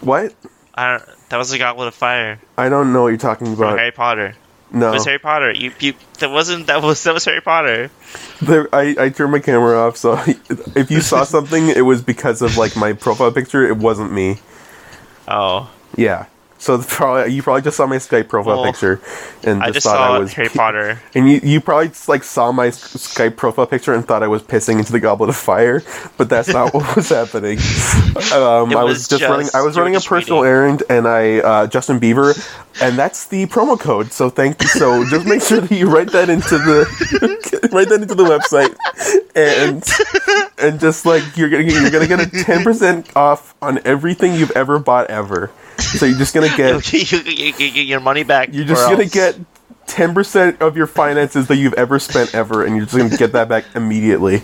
What? I don't, that was the goblet of fire I don't know what you're talking from about. Harry Potter. No, It was Harry Potter. You, you that wasn't that was that was Harry Potter. There, I, I turned my camera off, so if you saw something, it was because of like my profile picture. It wasn't me. Oh. Yeah. So the- probably you probably just saw my Skype profile Well, picture, and just, I just thought saw I was Harry Potter. And you, you probably just, like saw my s- Skype profile picture and thought I was pissing into the goblet of fire, but that's not what was happening. Um, It I was was just running. I just- was you were running a just personal reading. errand, and I uh, Justin Bieber, and that's the promo code. So thank you. So just make sure that you write that into the write that into the website, and and just like you're gonna you're gonna get a ten percent off on everything you've ever bought ever. So you're just gonna get you, you, you, you get your money back. you're just or gonna else. get ten percent of your finances that you've ever spent ever, and you're just gonna get that back immediately.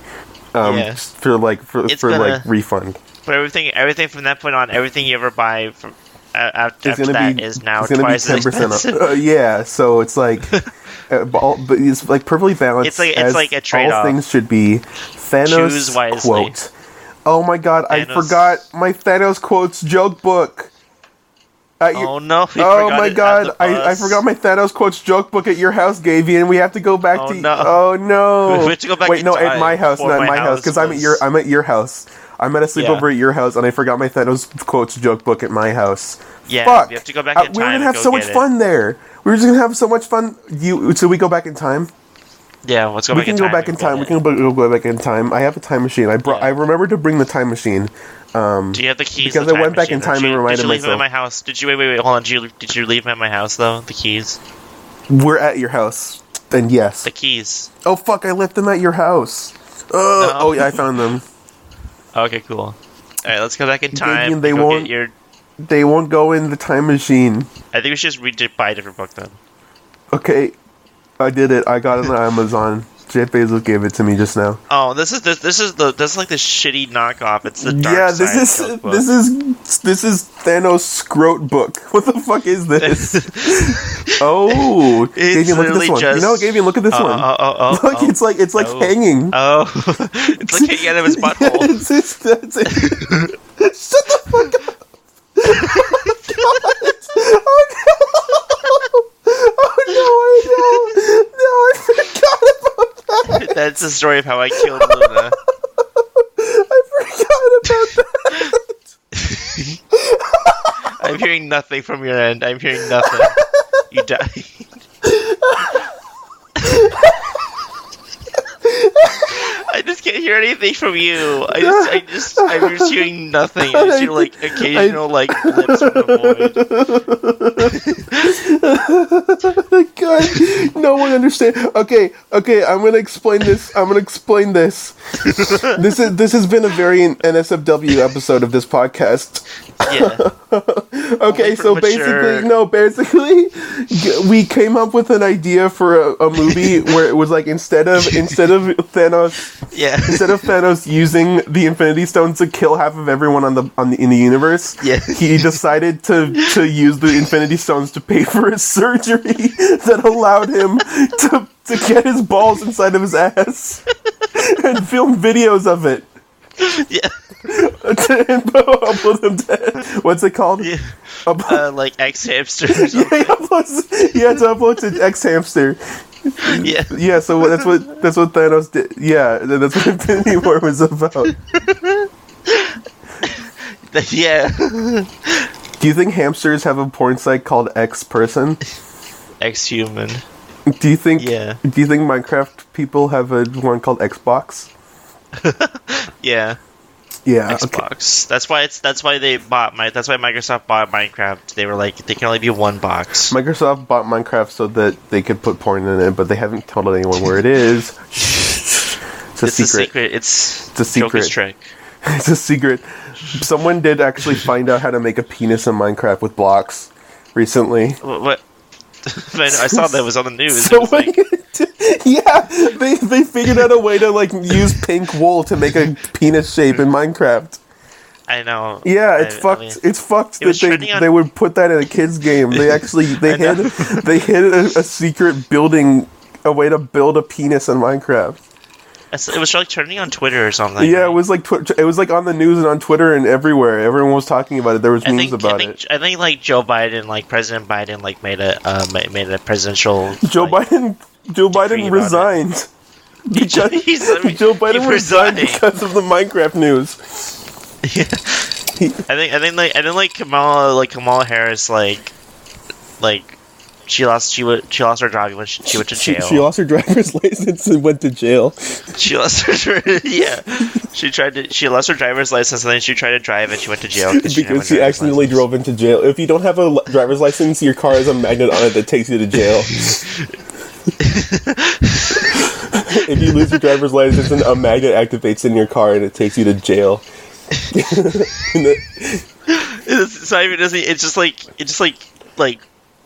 Um, Yeah. just for like for, It's for like gonna- refund. But everything, everything from that point on, everything you ever buy from uh, after, It's after gonna that be is now it's gonna twice be as expensive. off. Uh, yeah, so it's like, uh, but, all, but it's like perfectly balanced. It's like- it's as like a All trade-off. things should be. Thanos Choose wisely. quote. Oh my god! I Thanos- forgot my Thanos quotes joke book. Uh, At your- oh no! we Oh forgot my it at god, the I, I bus. forgot my Thanos quotes joke book at your house, Gavi, and we have to go back Oh, to no. Oh no. We have to go back Wait, no, in at time my house, before not my my house, house because I'm at your was- I'm at your house. I'm at a sleepover at your house and I forgot my Thanos quotes joke book at my house. Yeah, Fuck. we have to go back Uh, in we were time gonna and have go so much get it. fun there. We were just gonna have so much fun. You so we go back in time. Yeah, let's go we back can in go time. back in and get time. We it. can go go back in time. I have a time machine. I brought. Yeah. I remember to bring the time machine. Um, Do you have the keys? to Because the I went back in machine? time Did and you, reminded did you leave myself. Them at my house? Did you wait? Wait, wait. Hold on. Did you did you leave them at my house though? The keys. we're at your house, and yes, The keys. Oh fuck! I left them at your house. Ugh. Oh yeah, I found them. Okay, cool. All right, let's go back in Thinking time. they go get won't- Your, They won't go in the time machine. I think we should just read buy a different book then. Okay, I did it. I got it on Amazon. Jeff Bezos gave it to me just now. Oh, this is this this is the this is like the shitty knockoff. It's the dark yeah, this side is cookbook. this is this is Thanos scrote book. What the fuck is this? oh, It's Damien, look at literally this one. Just, you know, Damien, look at this oh, one. Oh, oh, oh, look, oh, it's like it's like Oh. hanging. oh. it's like hanging out of his Yeah, butthole. it's, it's, that's it. Shut the fuck up. oh no! Oh no! I know. No, I forgot about that. That's the story of how I killed Luna. I forgot about that. I'm hearing nothing from your end. I'm hearing nothing. You died. I just can't hear anything from you. I just, I just, I'm just hearing nothing. I just hear like occasional like blips from the void. God, no one understands. Okay, okay, I'm gonna explain this. I'm gonna explain this. This is this has been a very NSFW episode of this podcast. Yeah. Okay, Only for so mature- basically, no, basically, g- we came up with an idea for a, a movie where it was like instead of instead of Thanos Yeah. instead of Thanos using the Infinity Stones to kill half of everyone on the on the in the universe, Yeah. he decided to to use the Infinity Stones to pay for his surgery that allowed him to to get his balls inside of his ass and film videos of it. Yeah. and upload them to what's it called? yeah. Upload- Uh, like ex hamsters. yeah, he uploads, yeah, to upload to X Hamster. Yeah. Yeah, so that's what that's what Thanos did. Yeah, th- that's what Infinity War was about. Yeah. Do you think hamsters have a porn site called X Person? Ex human. Do you think? Yeah. Do you think Minecraft people have a one called Xbox? Yeah. Yeah. Uh, okay. Xbox. That's why it's that's why they bought my that's why Microsoft bought Minecraft. They were like they can only be one box. Microsoft bought Minecraft so that they could put porn in it, but they haven't told anyone where it is. It's a it's secret. a secret. It's It's a secret. Joker's trick. It's a secret. Someone did actually find out how to make a penis in Minecraft with blocks recently. What? what? I, know, I saw that it was on the news. So it was like, yeah, they they figured out a way to like use pink wool to make a penis shape in Minecraft. I know. Yeah, it's I- I fucked. mean, it's fucked was that they, trending on- they would put that in a kids game. They actually they I know. hid they hid a, a secret building a way to build a penis in Minecraft. it's- it was like trending on Twitter or something. yeah, right? it was like tw- it was like on the news and on Twitter and everywhere. Everyone was talking about it. There was I memes think, about I think, it. I think like Joe Biden, like President Biden, like made a uh, ma- made a presidential. Joe like, Biden Joe decree Biden about it. resigned. Joe- he's- I mean, Joe he Biden resigned because of the Minecraft news. Yeah. I think I think like I think like Kamala like Kamala Harris like like she lost she wa- she lost her job when she, she went to She, jail. she lost her driver's license and went to jail. She lost her dri- yeah. She tried to she lost her driver's license and then she tried to drive and she went to jail didn't have because a she driver's accidentally license. drove into jail. If you don't have a li- driver's license, your car has a magnet on it that takes you to jail. if you lose your driver's license, and a magnet activates in your car and it takes you to jail. And the- It's, it's not even doesn't it's just like it just like like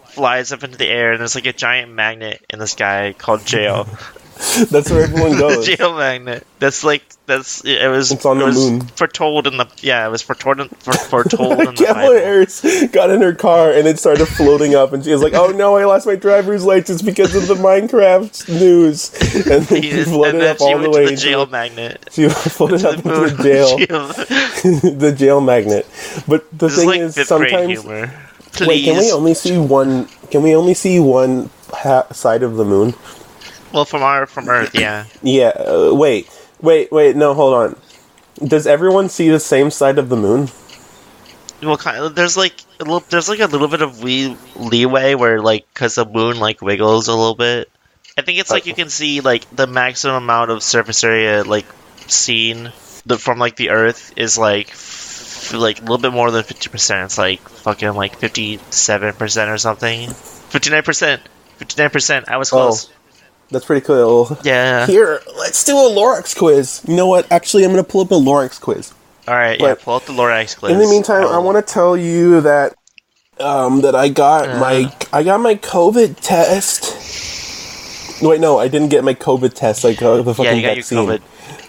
flies up into the air and there's like a giant magnet in the sky called jail. that's where everyone the goes. jail magnet. That's like that's it was It's on it the was moon. foretold in the yeah, it was foretold in, for, foretold in the Kamala Bible. Harris got in her car and it started floating up, and she was like, "Oh no, I lost my driver's license because of the Minecraft news." And then He she just- floated and then up all she the went way to the into jail magnet. She floated up To into the jail, the jail magnet. But the This is thing like is, fifth grade sometimes humor. Please. wait, can we only see one? Can we only see one ha- side of the moon? well, from our from Earth, yeah. Yeah. Uh, wait, wait, wait. No, hold on. Does everyone see the same side of the moon? Well, kind of, there's like a little, there's like a little bit of wee, leeway where like because the moon like wiggles a little bit. I think it's Oh. like you can see like the maximum amount of surface area like seen the, from like the Earth is like f- like a little bit more than fifty percent. It's like fucking like fifty seven percent or something. Fifty nine percent. Fifty nine percent. I was Oh. close. That's pretty cool. Yeah. Here, let's do a Lorax quiz. You know what? Actually, I'm going to pull up a Lorax quiz. All right. yeah. But- Pull out the Lorax quiz. In the meantime, I want to tell you that Uh. um, that I got my I got my COVID test Wait, no, I didn't get my COVID test. I got the Yeah, fucking you got vaccine. your COVID.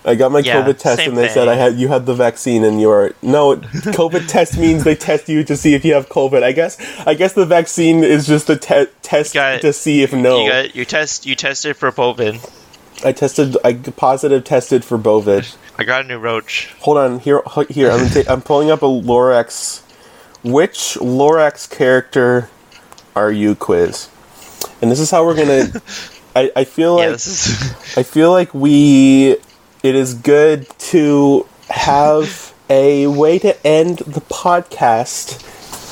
I got my Yeah, COVID test, same and they said thing. I had you had the vaccine, and you're no. COVID test means they test you to see if you have COVID. I guess I guess the vaccine is just a te- test You got- to see if no. You got your test. You tested for Bovin. I tested. I positive tested for Bovid. I got a new roach. Hold on, here, hu- here. I'm, gonna ta- I'm pulling up a Lorax. Which Lorax character are you? Quiz, and this is how we're gonna. I, I feel yeah, like this is. I feel like we. It is good to have a way to end the podcast.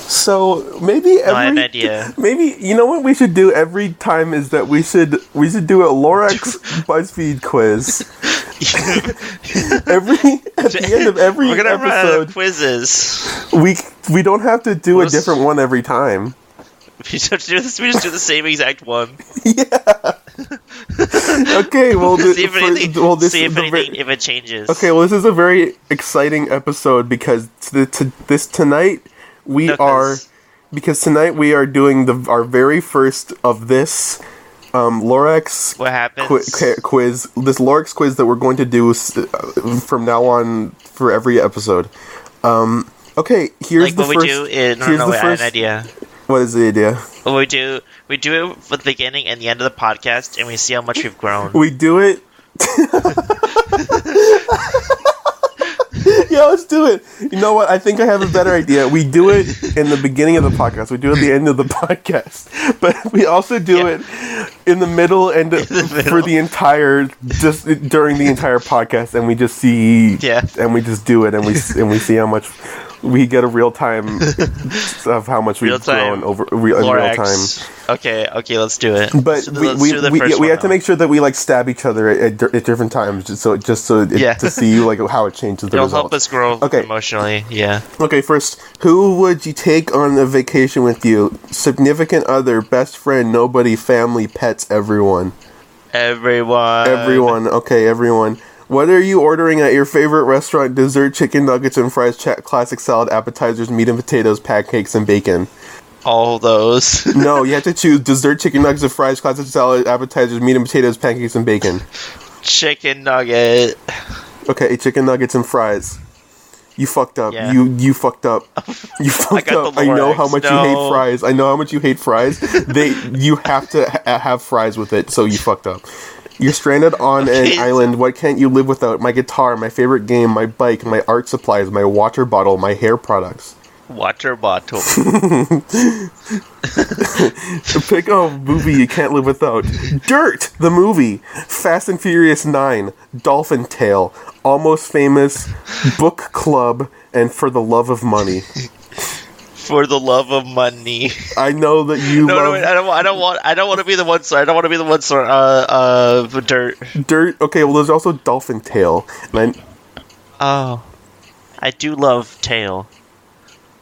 So maybe every I have an idea. maybe you know what we should do every time is that we should we should do a Lorax BuzzFeed quiz every at the end of every We're gonna run out episode. of quizzes. We we don't have to do a Let's- different one every time. We just do this. We just do the same exact one. Okay, well, the, see if for- anything. well this see if the ver- anything. if it changes. Okay, well, this is a very exciting episode because t- t- this tonight we No, 'cause- are because tonight we are doing the our very first of this um, Lorax What happens? qui- ca- quiz. This Lorax quiz that we're going to do s- uh, from now on for every episode. Um, okay, here's like the what we first. do is no, no, here's no the wait, I have first- an idea. What is the idea? What we do, we do it for the beginning and the end of the podcast, and we see how much we've grown. We do it. yeah, let's do it. You know what? I think I have a better idea. We do it in the beginning of the podcast. We do it at the end of the podcast, but we also do Yeah. it in the middle and the for middle. the entire just during the entire podcast, and we just see Yeah. and we just do it, and we s- and we see how much we get a real time of how much we've Real time. grown over re- in real time. Lorax. Okay, okay, let's do it. But Let's do the- we, let's we, do the we, first yeah, we one, have to though. make sure that we like stab each other at, at, di- at different times, just so just so it, Yeah. to see like how it changes the It'll result. help us grow Okay. emotionally. Yeah. Okay, first, who would you take on a vacation with you? Significant other, best friend, nobody, family, pets, everyone, Everyone. everyone. Okay, everyone. What are you ordering at your favorite restaurant? Dessert, chicken nuggets and fries, cha- classic salad, appetizers, meat and potatoes, pancakes and bacon. All those. No, you have to choose dessert, chicken nuggets and fries, classic salad, appetizers, meat and potatoes, pancakes and bacon. Chicken nugget. Okay, chicken nuggets and fries. You fucked up. Yeah. You you fucked up. You fucked got up. the I know Lorax. how much you hate No. fries. I know how much you hate fries. they you have to ha- have fries with it, so you fucked up. You're stranded on an Okay. island. What can't you live without? My guitar, my favorite game, my bike, my art supplies, my water bottle, my hair products. Water bottle. Pick a movie you can't live without. Dirt, the movie. Fast and Furious 9, Dolphin Tale, Almost Famous, Book Club, and For the Love of Money. For the love of money. I know that you No, no, love wait, I don't. I don't want. I don't want to be the one. Sorry, I don't want to be the one. Sorry, uh, uh, dirt. dirt. Okay, well, there's also Dolphin Tail. And I, Oh, I do love tail.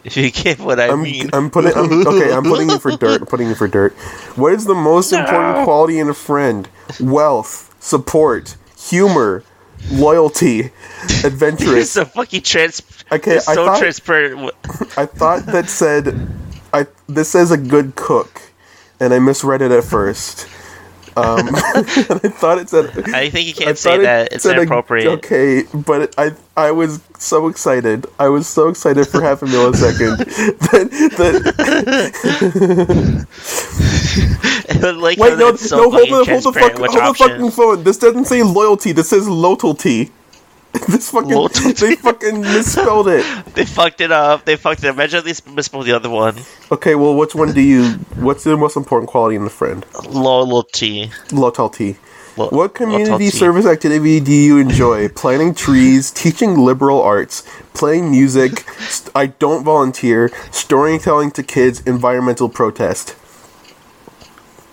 If you get what I I'm, mean. I'm putting. I'm, okay, I'm putting you for dirt. I'm putting you for dirt. What is the most important quality in a friend? Wealth, support, humor, loyalty, It's adventurous. so fucking trans. Okay, it's I so thought- transparent. I thought that said, I this says a good cook, and I misread it at first. Um, and I thought it said. I think you I can't say thought it that. It's said a- inappropriate. okay, but it- I I was so excited. I was so excited for half a millisecond. that, that, like, wait, no, it's so no, hold fucking the hold the transparent fuck, which hold the option. fucking phone. This doesn't say loyalty. This says loyalty. This fucking Loyalty. they fucking misspelled it. They fucked it up. They fucked it up. Imagine if they misspelled the other one. Okay, well, which one do you? What's the most important quality in a friend? Loyalty. Loyalty. Lo- What community loyalty. service activity do you enjoy? Planting trees, teaching liberal arts, playing music, st- I don't volunteer, storytelling to kids, environmental protest.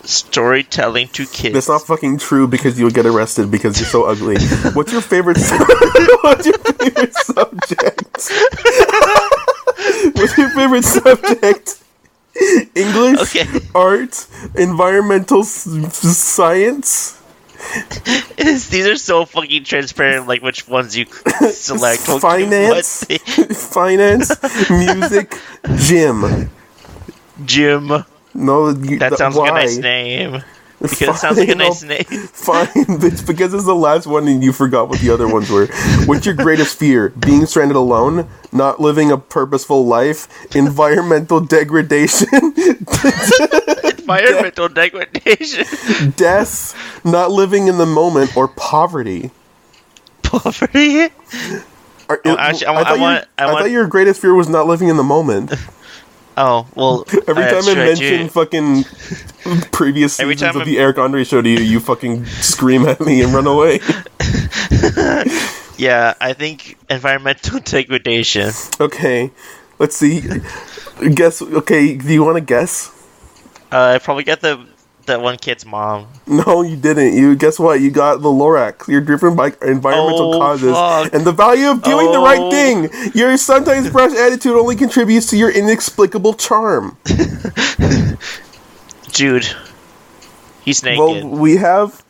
Storytelling to kids. That's not fucking true because you would get arrested because you're so ugly. What's your favorite sub- What's your favorite subject? What's your favorite subject? English, Okay. art, environmental s- s- science? It's- these are so fucking transparent. Like which ones you select. Okay, finance, what finance, music, gym. the- Jim. No, you, That th- sounds why? like a nice name. Because it sounds like a Fine, nice I'll- name. Fine, it's because it's the last one and you forgot what the other ones were. What's your greatest fear? Being stranded alone, not living a purposeful life, environmental degradation, Environmental degradation. death, not living in the moment, or poverty. Poverty. Are- Oh, actually, I I thought want- I want- your- I I thought want- your greatest fear was not living in the moment. Oh well. Every uh, time I sure, mention do- fucking previous Every seasons time of the Eric Andre show to you, you fucking scream at me and run away. yeah, I think environmental degradation. Okay, let's see. Guess. Okay, do you want to guess? Uh, I probably got the that one kid's mom. No, you didn't. You guess what? You got the Lorax. You're driven by environmental Oh, causes fuck. and the value of doing the right Oh. thing. Your sometimes brash attitude only contributes to your inexplicable charm. Jude. He's naked. Well, we have,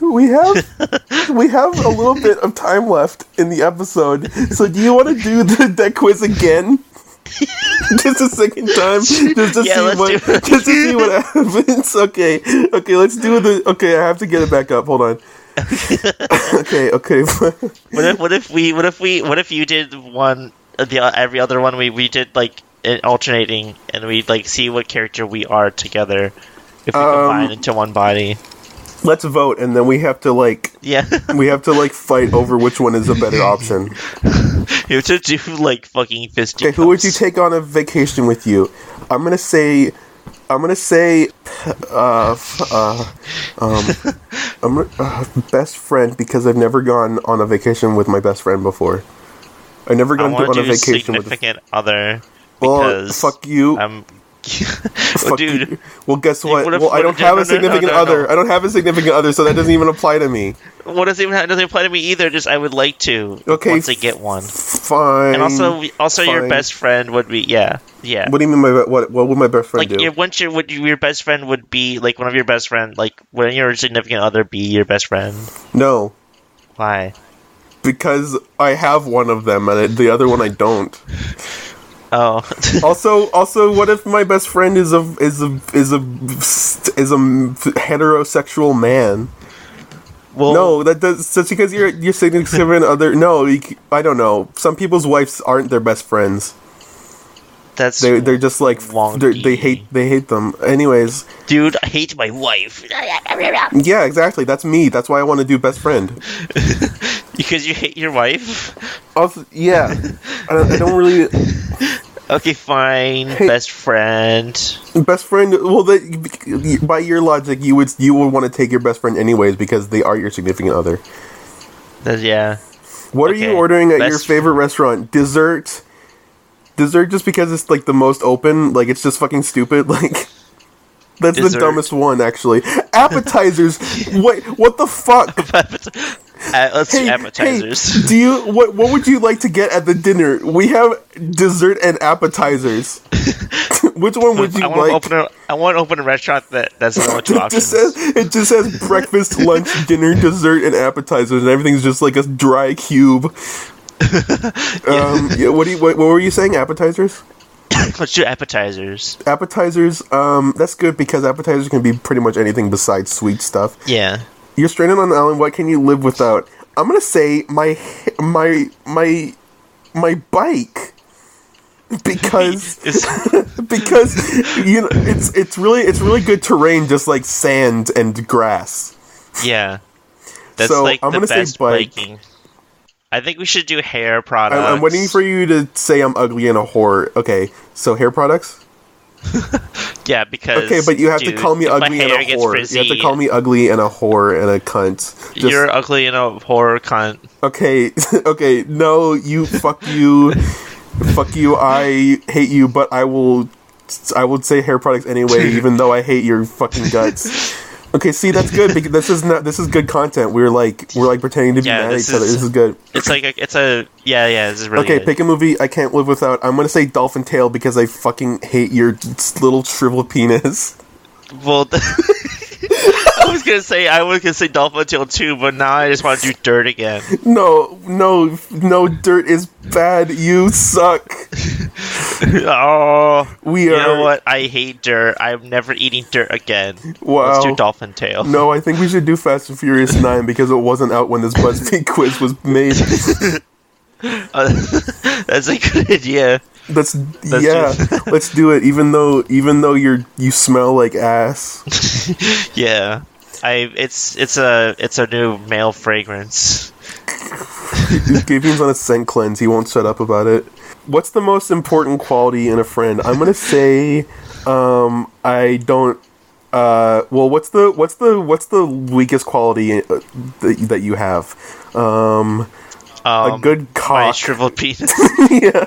we have, we have a little bit of time left in the episode. So, do you want to do the, that quiz again? just a second time, just to Yeah, see let's what, do it. just to see what happens. Okay, okay, let's do the. Okay, I have to get it back up. Hold on. okay, okay. what if what if we what if we what if you did one uh, the every other one we we did like it alternating and we like see what character we are together if we Um, combine into one body. Let's vote, and then we have to like Yeah, we have to like fight over which one is a better option. you have to do like fucking fisty. Okay, who would you take on a vacation with you? I'm gonna say, I'm gonna say, uh, f- uh, um, I'm gonna, uh, best friend because I've never gone on a vacation with my best friend before. I've never I gone want on to a do vacation with. significant other Well, because fuck you, I'm. fuck dude, you. Well, guess what? would've- well, I don't would've- have a no, no, no, significant no, no. other. I don't have a significant other, so that doesn't even apply to me. what does it even it doesn't apply to me either? Just I would like to Okay, once I get one. Fine. And also, also your fine. best friend would be yeah, yeah. what do you mean by what? What would my best friend like do? your once your would your best friend would be like one of your best friend like wouldn't your significant other be your best friend? no, Why? because I have one of them, and the other one I don't. Oh, Also, also, what if my best friend is a is a is a is a heterosexual man? well, No, that does that's because you're you're significant other. No, you c- I don't know. Some people's wives aren't their best friends. that's They they're just like f- they're, they Wonky. hate they hate them. Anyways, dude. I hate my wife yeah, exactly. That's me. That's why I want to do best friend. because you hate your wife. Also, yeah, I, don't- I don't really Okay, fine, best friend. best friend. Well, that by your logic, you would you would want to take your best friend anyways because they are your significant other. That, yeah, What are Okay, you ordering at your best- favorite restaurant? Dessert. Dessert just because it's like the most open, like it's just fucking stupid, like that's the Dessert. dumbest one actually. Appetizers. what what the fuck? uh, let's Hey, do hey, appetizers. do you what what would you like to get at the dinner? We have dessert and appetizers. Which one would you I want like? to open a I want to open a restaurant that that's the only two it options. just says it just says breakfast, lunch, dinner, dessert, and appetizers, and everything's just like a dry cube. um, yeah, what do you what, what were you saying? Appetizers, Let's do appetizers. appetizers. Um, that's good because appetizers can be pretty much anything besides sweet stuff. Yeah. You're stranded on an island. What can you live without? I'm gonna say my my my my bike because It's- because you know it's it's really it's really good terrain, just like sand and grass. yeah. That's So, like I'm the gonna say best bike. biking. I think we should do hair products. I'm, I'm waiting for you to say I'm ugly and a whore. Okay, so hair products. Yeah, because Okay, but you have dude, to call me if my ugly and hair a gets whore. Frizzy, you have to call me ugly and a whore and a cunt. Just, you're ugly and a horror cunt. okay, okay. No, you fuck you, fuck you. I hate you, but I will, I will say hair products anyway, even though I hate your fucking guts. Okay, see that's good because this is not this is good content. We're like we're like pretending to be Yeah, mad at each this other. is- This is good. It's like a, it's a yeah yeah. This is really Okay, good. pick a movie I can't live without. I'm gonna say Dolphin Tail because I fucking hate your little shriveled penis. Well, I was gonna say I was gonna say Dolphin Tale two, but now I just want to do dirt again. No, no, no. Dirt is bad. You suck. oh, We you are. know what? I hate dirt. I'm never eating dirt again. Wow. Let's do Dolphin Tale. No, I think we should do Fast and Furious Nine because it wasn't out when this BuzzFeed quiz was made. Uh, that's a good idea. That's, That's yeah. just- let's do it. Even though, even though you're you smell like ass. Yeah, I it's it's a it's a new male fragrance. Gabriel's on a scent cleanse. He won't shut up about it. What's the most important quality in a friend? I'm gonna say, um, I don't. Uh, well, what's the what's the what's the weakest quality uh, that, that you have? Um, Um, a good my cock. shriveled penis. yeah.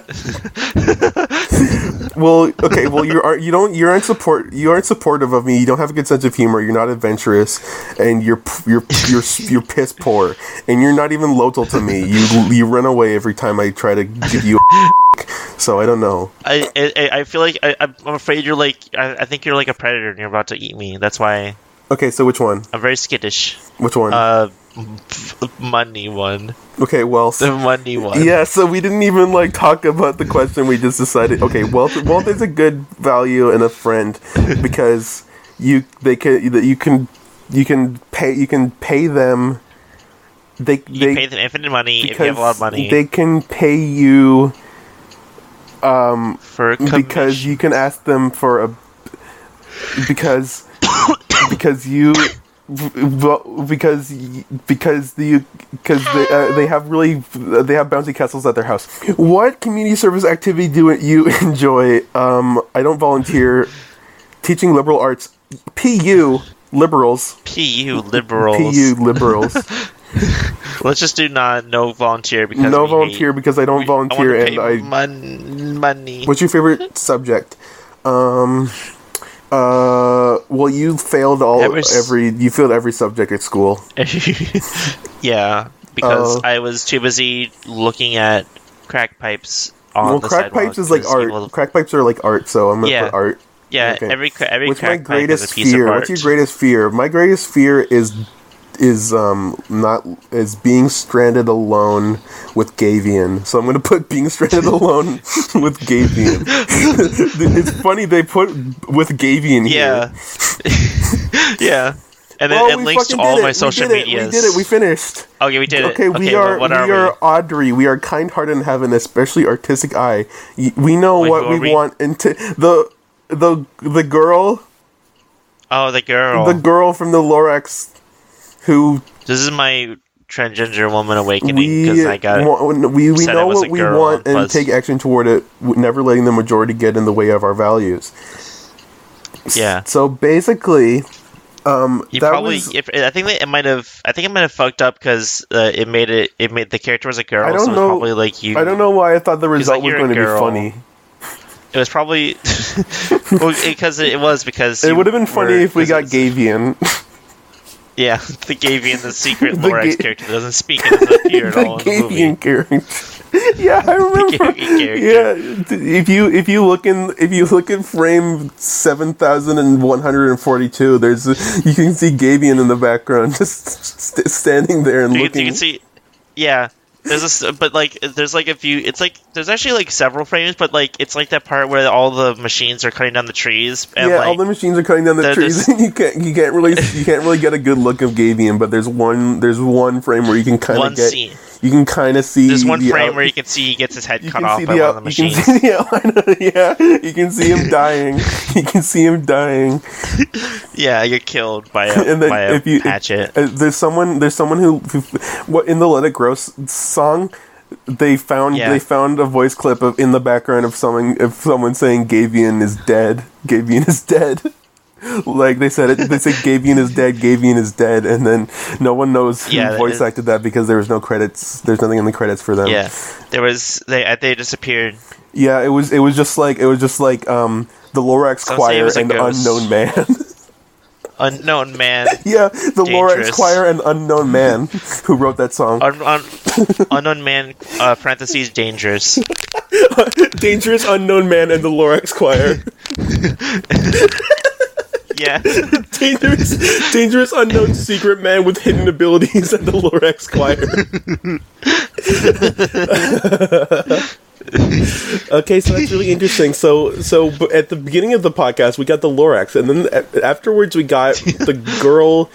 well, okay. Well, you are you don't you aren't support you aren't supportive of me. You don't have a good sense of humor. You're not adventurous, and you're p- you're you're s- you're piss poor, and you're not even local to me. You you run away every time I try to give you. a So I don't know. I, I I feel like I, I'm afraid you're like I, I think you're like a predator and you're about to eat me. That's why Okay, so which one? I'm very skittish. Which one? Uh, money one, okay, wealth. the money one. Yeah, so we didn't even like talk about the question. We just decided, okay, wealth, wealth is a good value and a friend because you they can that you can you can pay you can pay them. They You they pay them infinite money if you have a lot of money they can pay you for because you can ask them for a because because you well, because y- because the because they, uh, they have really they have bouncy castles at their house. What community service activity do you enjoy? Um, I don't volunteer. Teaching liberal arts, PU liberals, PU liberals. PU liberals. Let's just do not no volunteer because no we hate- volunteer because I don't we- volunteer I and I. mon- money. What's your favorite subject? Um, uh, well, you failed all Every every, s- you failed every subject at school. yeah, because Oh. I was too busy looking at crack pipes on well, the crack sidewalk pipes is like 'cause art. people- Crack pipes are like art, so I'm gonna Yeah. put art. yeah, okay. every cra- every What's my crack pipe is greatest a piece fear? of art. What's your greatest fear? My greatest fear is is um not is being stranded alone with Gavian. So I'm gonna put being stranded alone with Gavian. it's funny they put with Gavian here. Yeah. yeah. And then Well, it we links to fucking all did my it. social we did medias. It. We did it. We finished. okay, we did it. Okay, we well, are what we are, are Audrey. We are kind-hearted and have an especially artistic eye. Y- We know Wait, what who are we, we? want into the the the girl Oh, the girl. the girl from the Lorax who this is my transgender woman awakening we because I got wa- we, we said I know was what a we girl want and plus- take action toward it, w- never letting the majority get in the way of our values. yeah. So basically, um, You that probably. was If, I think that it might have. I think it might have fucked up because uh, it made it. It made the character was a girl. I don't so it was know- probably like you. I don't know why I thought the result like, was "You're a going to be girl." funny. It was probably because it, it was because It you would have been funny were- if we got because it's- Gavian. Yeah, the Gavian, the secret The Lorax Ga- character that doesn't speak and doesn't appear at the all in Oh, the movie. Gavian character. yeah, I remember. Gavian character. Yeah, th- if you if you look in if you look in frame seven thousand and one hundred and forty two, there's a- you can see Gavian in the background, just st- standing there and you, can- looking. you can see yeah there's a s- but like there's like a few it's like there's actually like several frames but like it's like that part where all the machines are cutting down the trees and yeah, like all the machines are cutting down the they're trees. just- and you can't you can't really you can't really get a good look of Gavian, but there's one there's one frame where you can kind One of get scene. you can kind of see there's one the frame out- where you can see he gets his head you cut can off see by the one of the out- you machines can see the outline of yeah you can see him dying you can see him dying yeah you're killed by a, and then by a if you hatchet uh, there's someone there's someone who, who what in the let it grow s- song they found Yeah. they found a voice clip of in the background of someone of someone saying gavian is dead gavian is dead like they said it they said gavian is dead gavian is dead and then no one knows who Yeah, that voice is- acted that because there was no credits there's nothing in the credits for them yeah there was they uh, they disappeared yeah, it was it was just like it was just like um the Lorax Some say it choir was a and ghost. unknown man. unknown man yeah, the Dangerous. Lorax choir and unknown man who wrote that song. un, un, unknown man uh, parentheses dangerous Dangerous unknown man and the Lorax choir. yeah. dangerous, dangerous unknown secret man with hidden abilities at the Lorex Choir. okay, so that's really interesting. So, so b- at the beginning of the podcast, we got the Lorax, and then a- afterwards, we got the girl.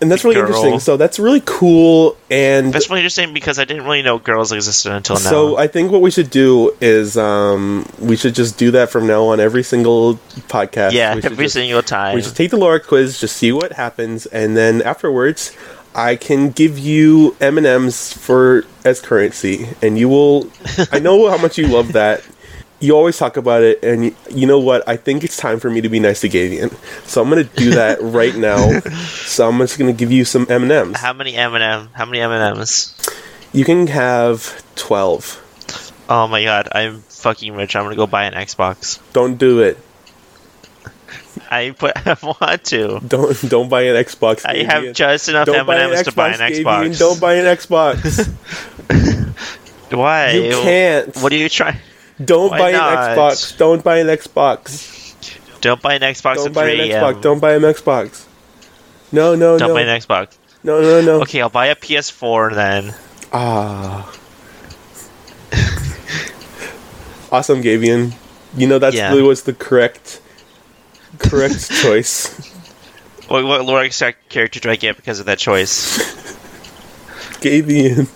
And that's The really girl. interesting. So that's really cool. And That's really interesting because I didn't really know girls existed until now. so uh, I think what we should do is um, we should just do that from now on every single podcast. yeah, we should every just- single time. we should take the Laura quiz, just see what happens, and then afterwards, I can give you M and M's for as currency, and you will. I know how much you love that. You always talk about it, and you, you know what? I think it's time for me to be nice to Gavian, so I'm gonna do that right now. So I'm just gonna give you some M and M's. How many M and M? How many M and M's? You can have twelve. Oh my god, I'm fucking rich. I'm gonna go buy an Xbox. Don't do it. I put I want to. Don't don't buy an Xbox. I Gavian. have just enough don't M buy and an M's Xbox. to buy an Xbox. Gavian. Don't buy an Xbox. Why? You can't. What are you trying? Don't Why buy not? an Xbox. Don't buy an Xbox. Don't buy an Xbox Don't at buy 3 an a.m. Xbox. Don't buy an Xbox. No, no, Don't no. buy an Xbox. no, no, no. Okay, I'll buy a PS4 then. Ah. awesome, Gavian. You know that's Yeah. really was the correct correct choice. What, what Laura Stark character do I get because of that choice? Gavian.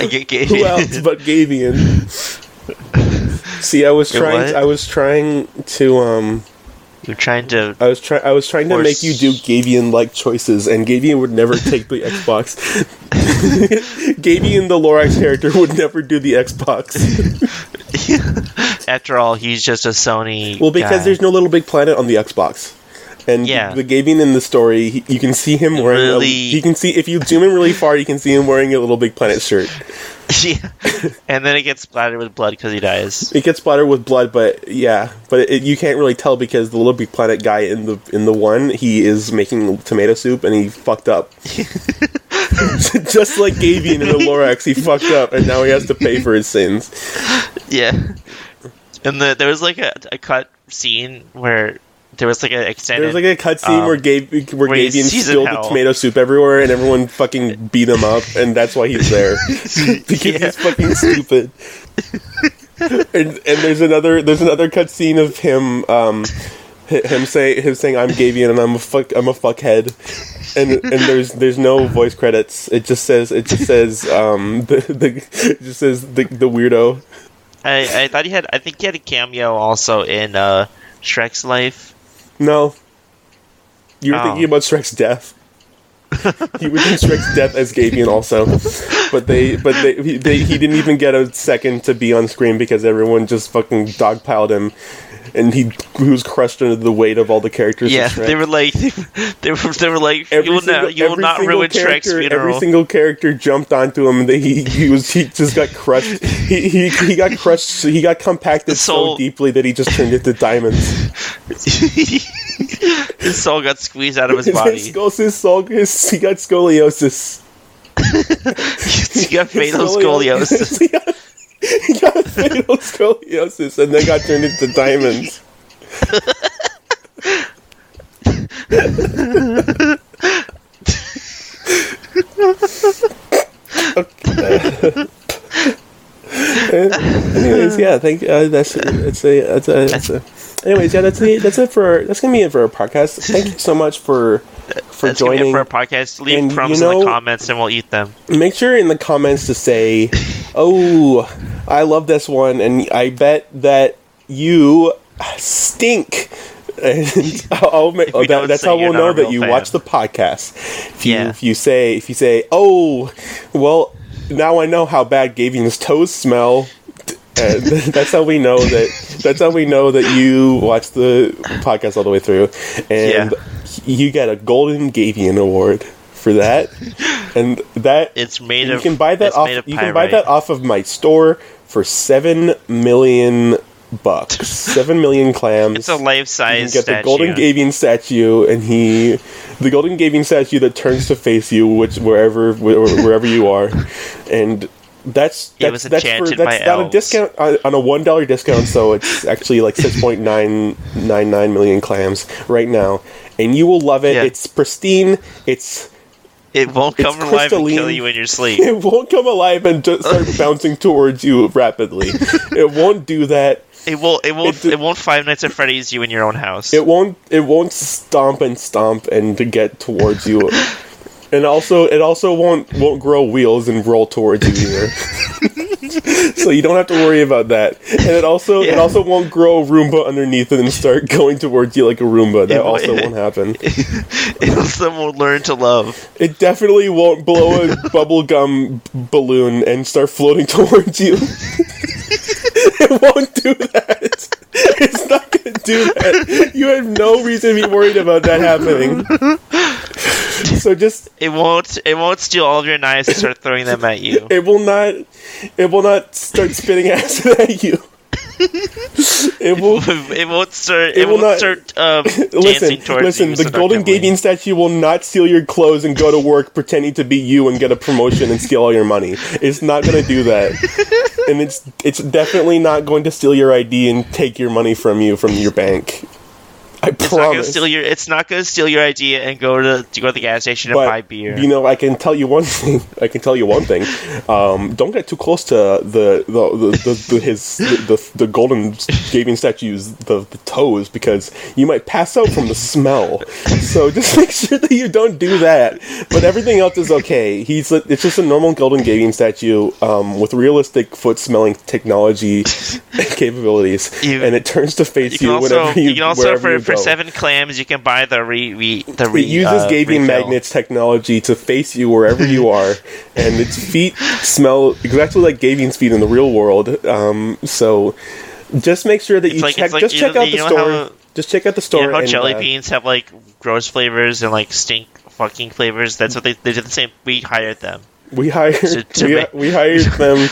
I get, get- Who else but Gavian? See, I was Wait, trying what? I was trying to um You're trying to. I was trying. I was trying to Or make you do s- Gavian-like choices, and Gavian would never take the Xbox. Gavian, the Lorax character, would never do the Xbox. After all, he's just a Sony. Well, because guy. there's no Little Big Planet on the Xbox, and Yeah. the Gavian in the story, he, you can see him wearing. Really- A, you can see if you zoom in really far, you can see him wearing a Little Big Planet shirt. Yeah. and then it gets splattered with blood because he dies. It gets splattered with blood, but yeah, but it, you can't really tell because the Little Big Planet guy in the in the one he is making tomato soup and he fucked up. Just like Gavian in the Lorax, he fucked up and now he has to pay for his sins. Yeah. And the, there was like a, a cut scene where there was like an extended. There's like a cutscene Um, where Gav- where where he's- Gavian he's in spilled the hell. tomato soup everywhere and everyone fucking beat him up and that's why he's there because Yeah. he's fucking stupid. and and there's another there's another cutscene of him um hi- him say him saying I'm Gavian and I'm a fuck I'm a fuckhead. And and there's there's no voice credits. It just says it just says um the, the it just says the the weirdo. I, I thought he had. I think he had a cameo also in uh, Shrek's life. No. You were Oh. thinking about Shrek's death. you would think Shrek's death as Gavian also, but they, but they, he- they, he didn't even get a second to be on screen because everyone just fucking dogpiled him, and he, he was crushed under the weight of all the characters. in Yeah, Shrek. they were like, they were, they were like, Every you will single- not, you will every not single ruin Shrek's character- funeral. Every single character jumped onto him, and they, he, he was he just got crushed. he, he, he got crushed. so He got compacted so, So- deeply that he just turned into diamonds. his soul got squeezed out of his His, body. skull- his, skull- his, he got scoliosis. he got fatal scoliosis. he, got, he got fatal scoliosis and then got turned into diamonds. Okay. anyways, yeah, thank uh, that's that's a that's a, that's a anyways, yeah, that's it that's it for our, that's gonna be it for our podcast. Thank you so much for for That's gonna be it joining for our podcast. Leave And you crumbs in know- the comments, and we'll eat them. make sure in the comments to say, "Oh, I love this one," and I bet that you stink. And I'll make, we that, don't that's say how you're we'll not a know that real you fan. watch the podcast. If you Yeah. if you say if you say, "Oh, well, now I know how bad Gavian's toes smell." Uh, that's how we know that. That's how we know that you watch the podcast all the way through, and you get a golden Gavian award for that. And that It's made you of. can buy that it's off. made of You can buy pyrite. that off of my store for seven million bucks. seven million clams. It's a you life-size get statue. the golden Gavian statue, and he, the golden Gavian statue that turns to face you, which wherever wh- wherever you are, and That's Yeah, it that's was that's, for, enchanted that's by not a elves. discount uh, on, on a one dollar discount, so it's actually like six point nine nine nine million clams right now, and you will love it. Yeah. It's pristine. It's It won't It's come alive and kill crystalline. you in your sleep. it won't come alive and just start bouncing towards you rapidly. It won't do that. It will. It won't. It- It won't. Five Nights at Freddy's you in your own house. It won't. It won't stomp and stomp and to get towards you. And also, it also won't won't grow wheels and roll towards you either. so you don't have to worry about that. And it also it Yeah. also won't grow a Roomba underneath it and start going towards you like a Roomba. That It won't- also won't happen. It'll someone learn to love. It definitely won't blow a bubblegum b- balloon and start floating towards you. it won't do that. It's not going to do that. You have no reason to be worried about that happening. So just It won't. It won't steal all of your knives and start throwing them at you. it will not it will not start spitting acid at you. It will It won't start. It, will won't not- start um, Listen, dancing towards listen, you. the Golden seductively. Gatean statue will not steal your clothes and go to work pretending to be you and get a promotion and steal all your money. It's not going to do that. and it's it's definitely not going to steal your ID and take your money from you from your bank. I It's not gonna promise. steal your. It's not gonna steal your idea and go to, to go to the gas station and but, buy beer. You know, I can tell you one thing. I can tell you one thing. Um, don't get too close to the the, the, the, the his the, the, the golden gaping statues the, the toes because you might pass out from the smell. So just make sure that you don't do that. But everything else is okay. He's a, it's just a normal golden gaping statue um, with realistic foot smelling technology capabilities, You- and it turns to face you, you can also whenever you, you, can also wherever for, you for go. seven clams you can buy the re, re the re, It uses uh, gaping refill. magnets technology to face you wherever you are, and its feet smell exactly like gaping's feet in the real world. Um, so, just make sure that you like- check. it's like just you check know- out the you know store. how- just check out the You store. know how and, jelly uh, beans have like gross flavors and like stink fucking flavors. That's what they they did the same. We hired them. we hired. to- to we, make- we hired them.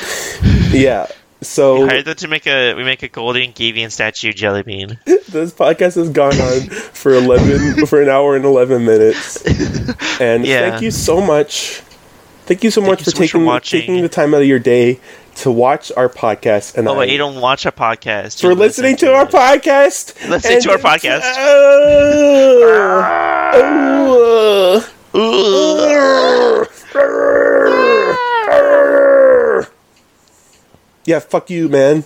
Yeah. So Hired them to make a we make a golden Gavian statue jelly bean. this podcast has gone on for eleven for an hour and eleven minutes. And Yeah. thank you so much. Thank you so much you for so much for taking watching. taking the time out of your day to watch our podcast. And Oh I- wait, you don't watch a podcast. for you listening listen to our it. podcast. Listening to our podcast. podcast. yeah, fuck you, man.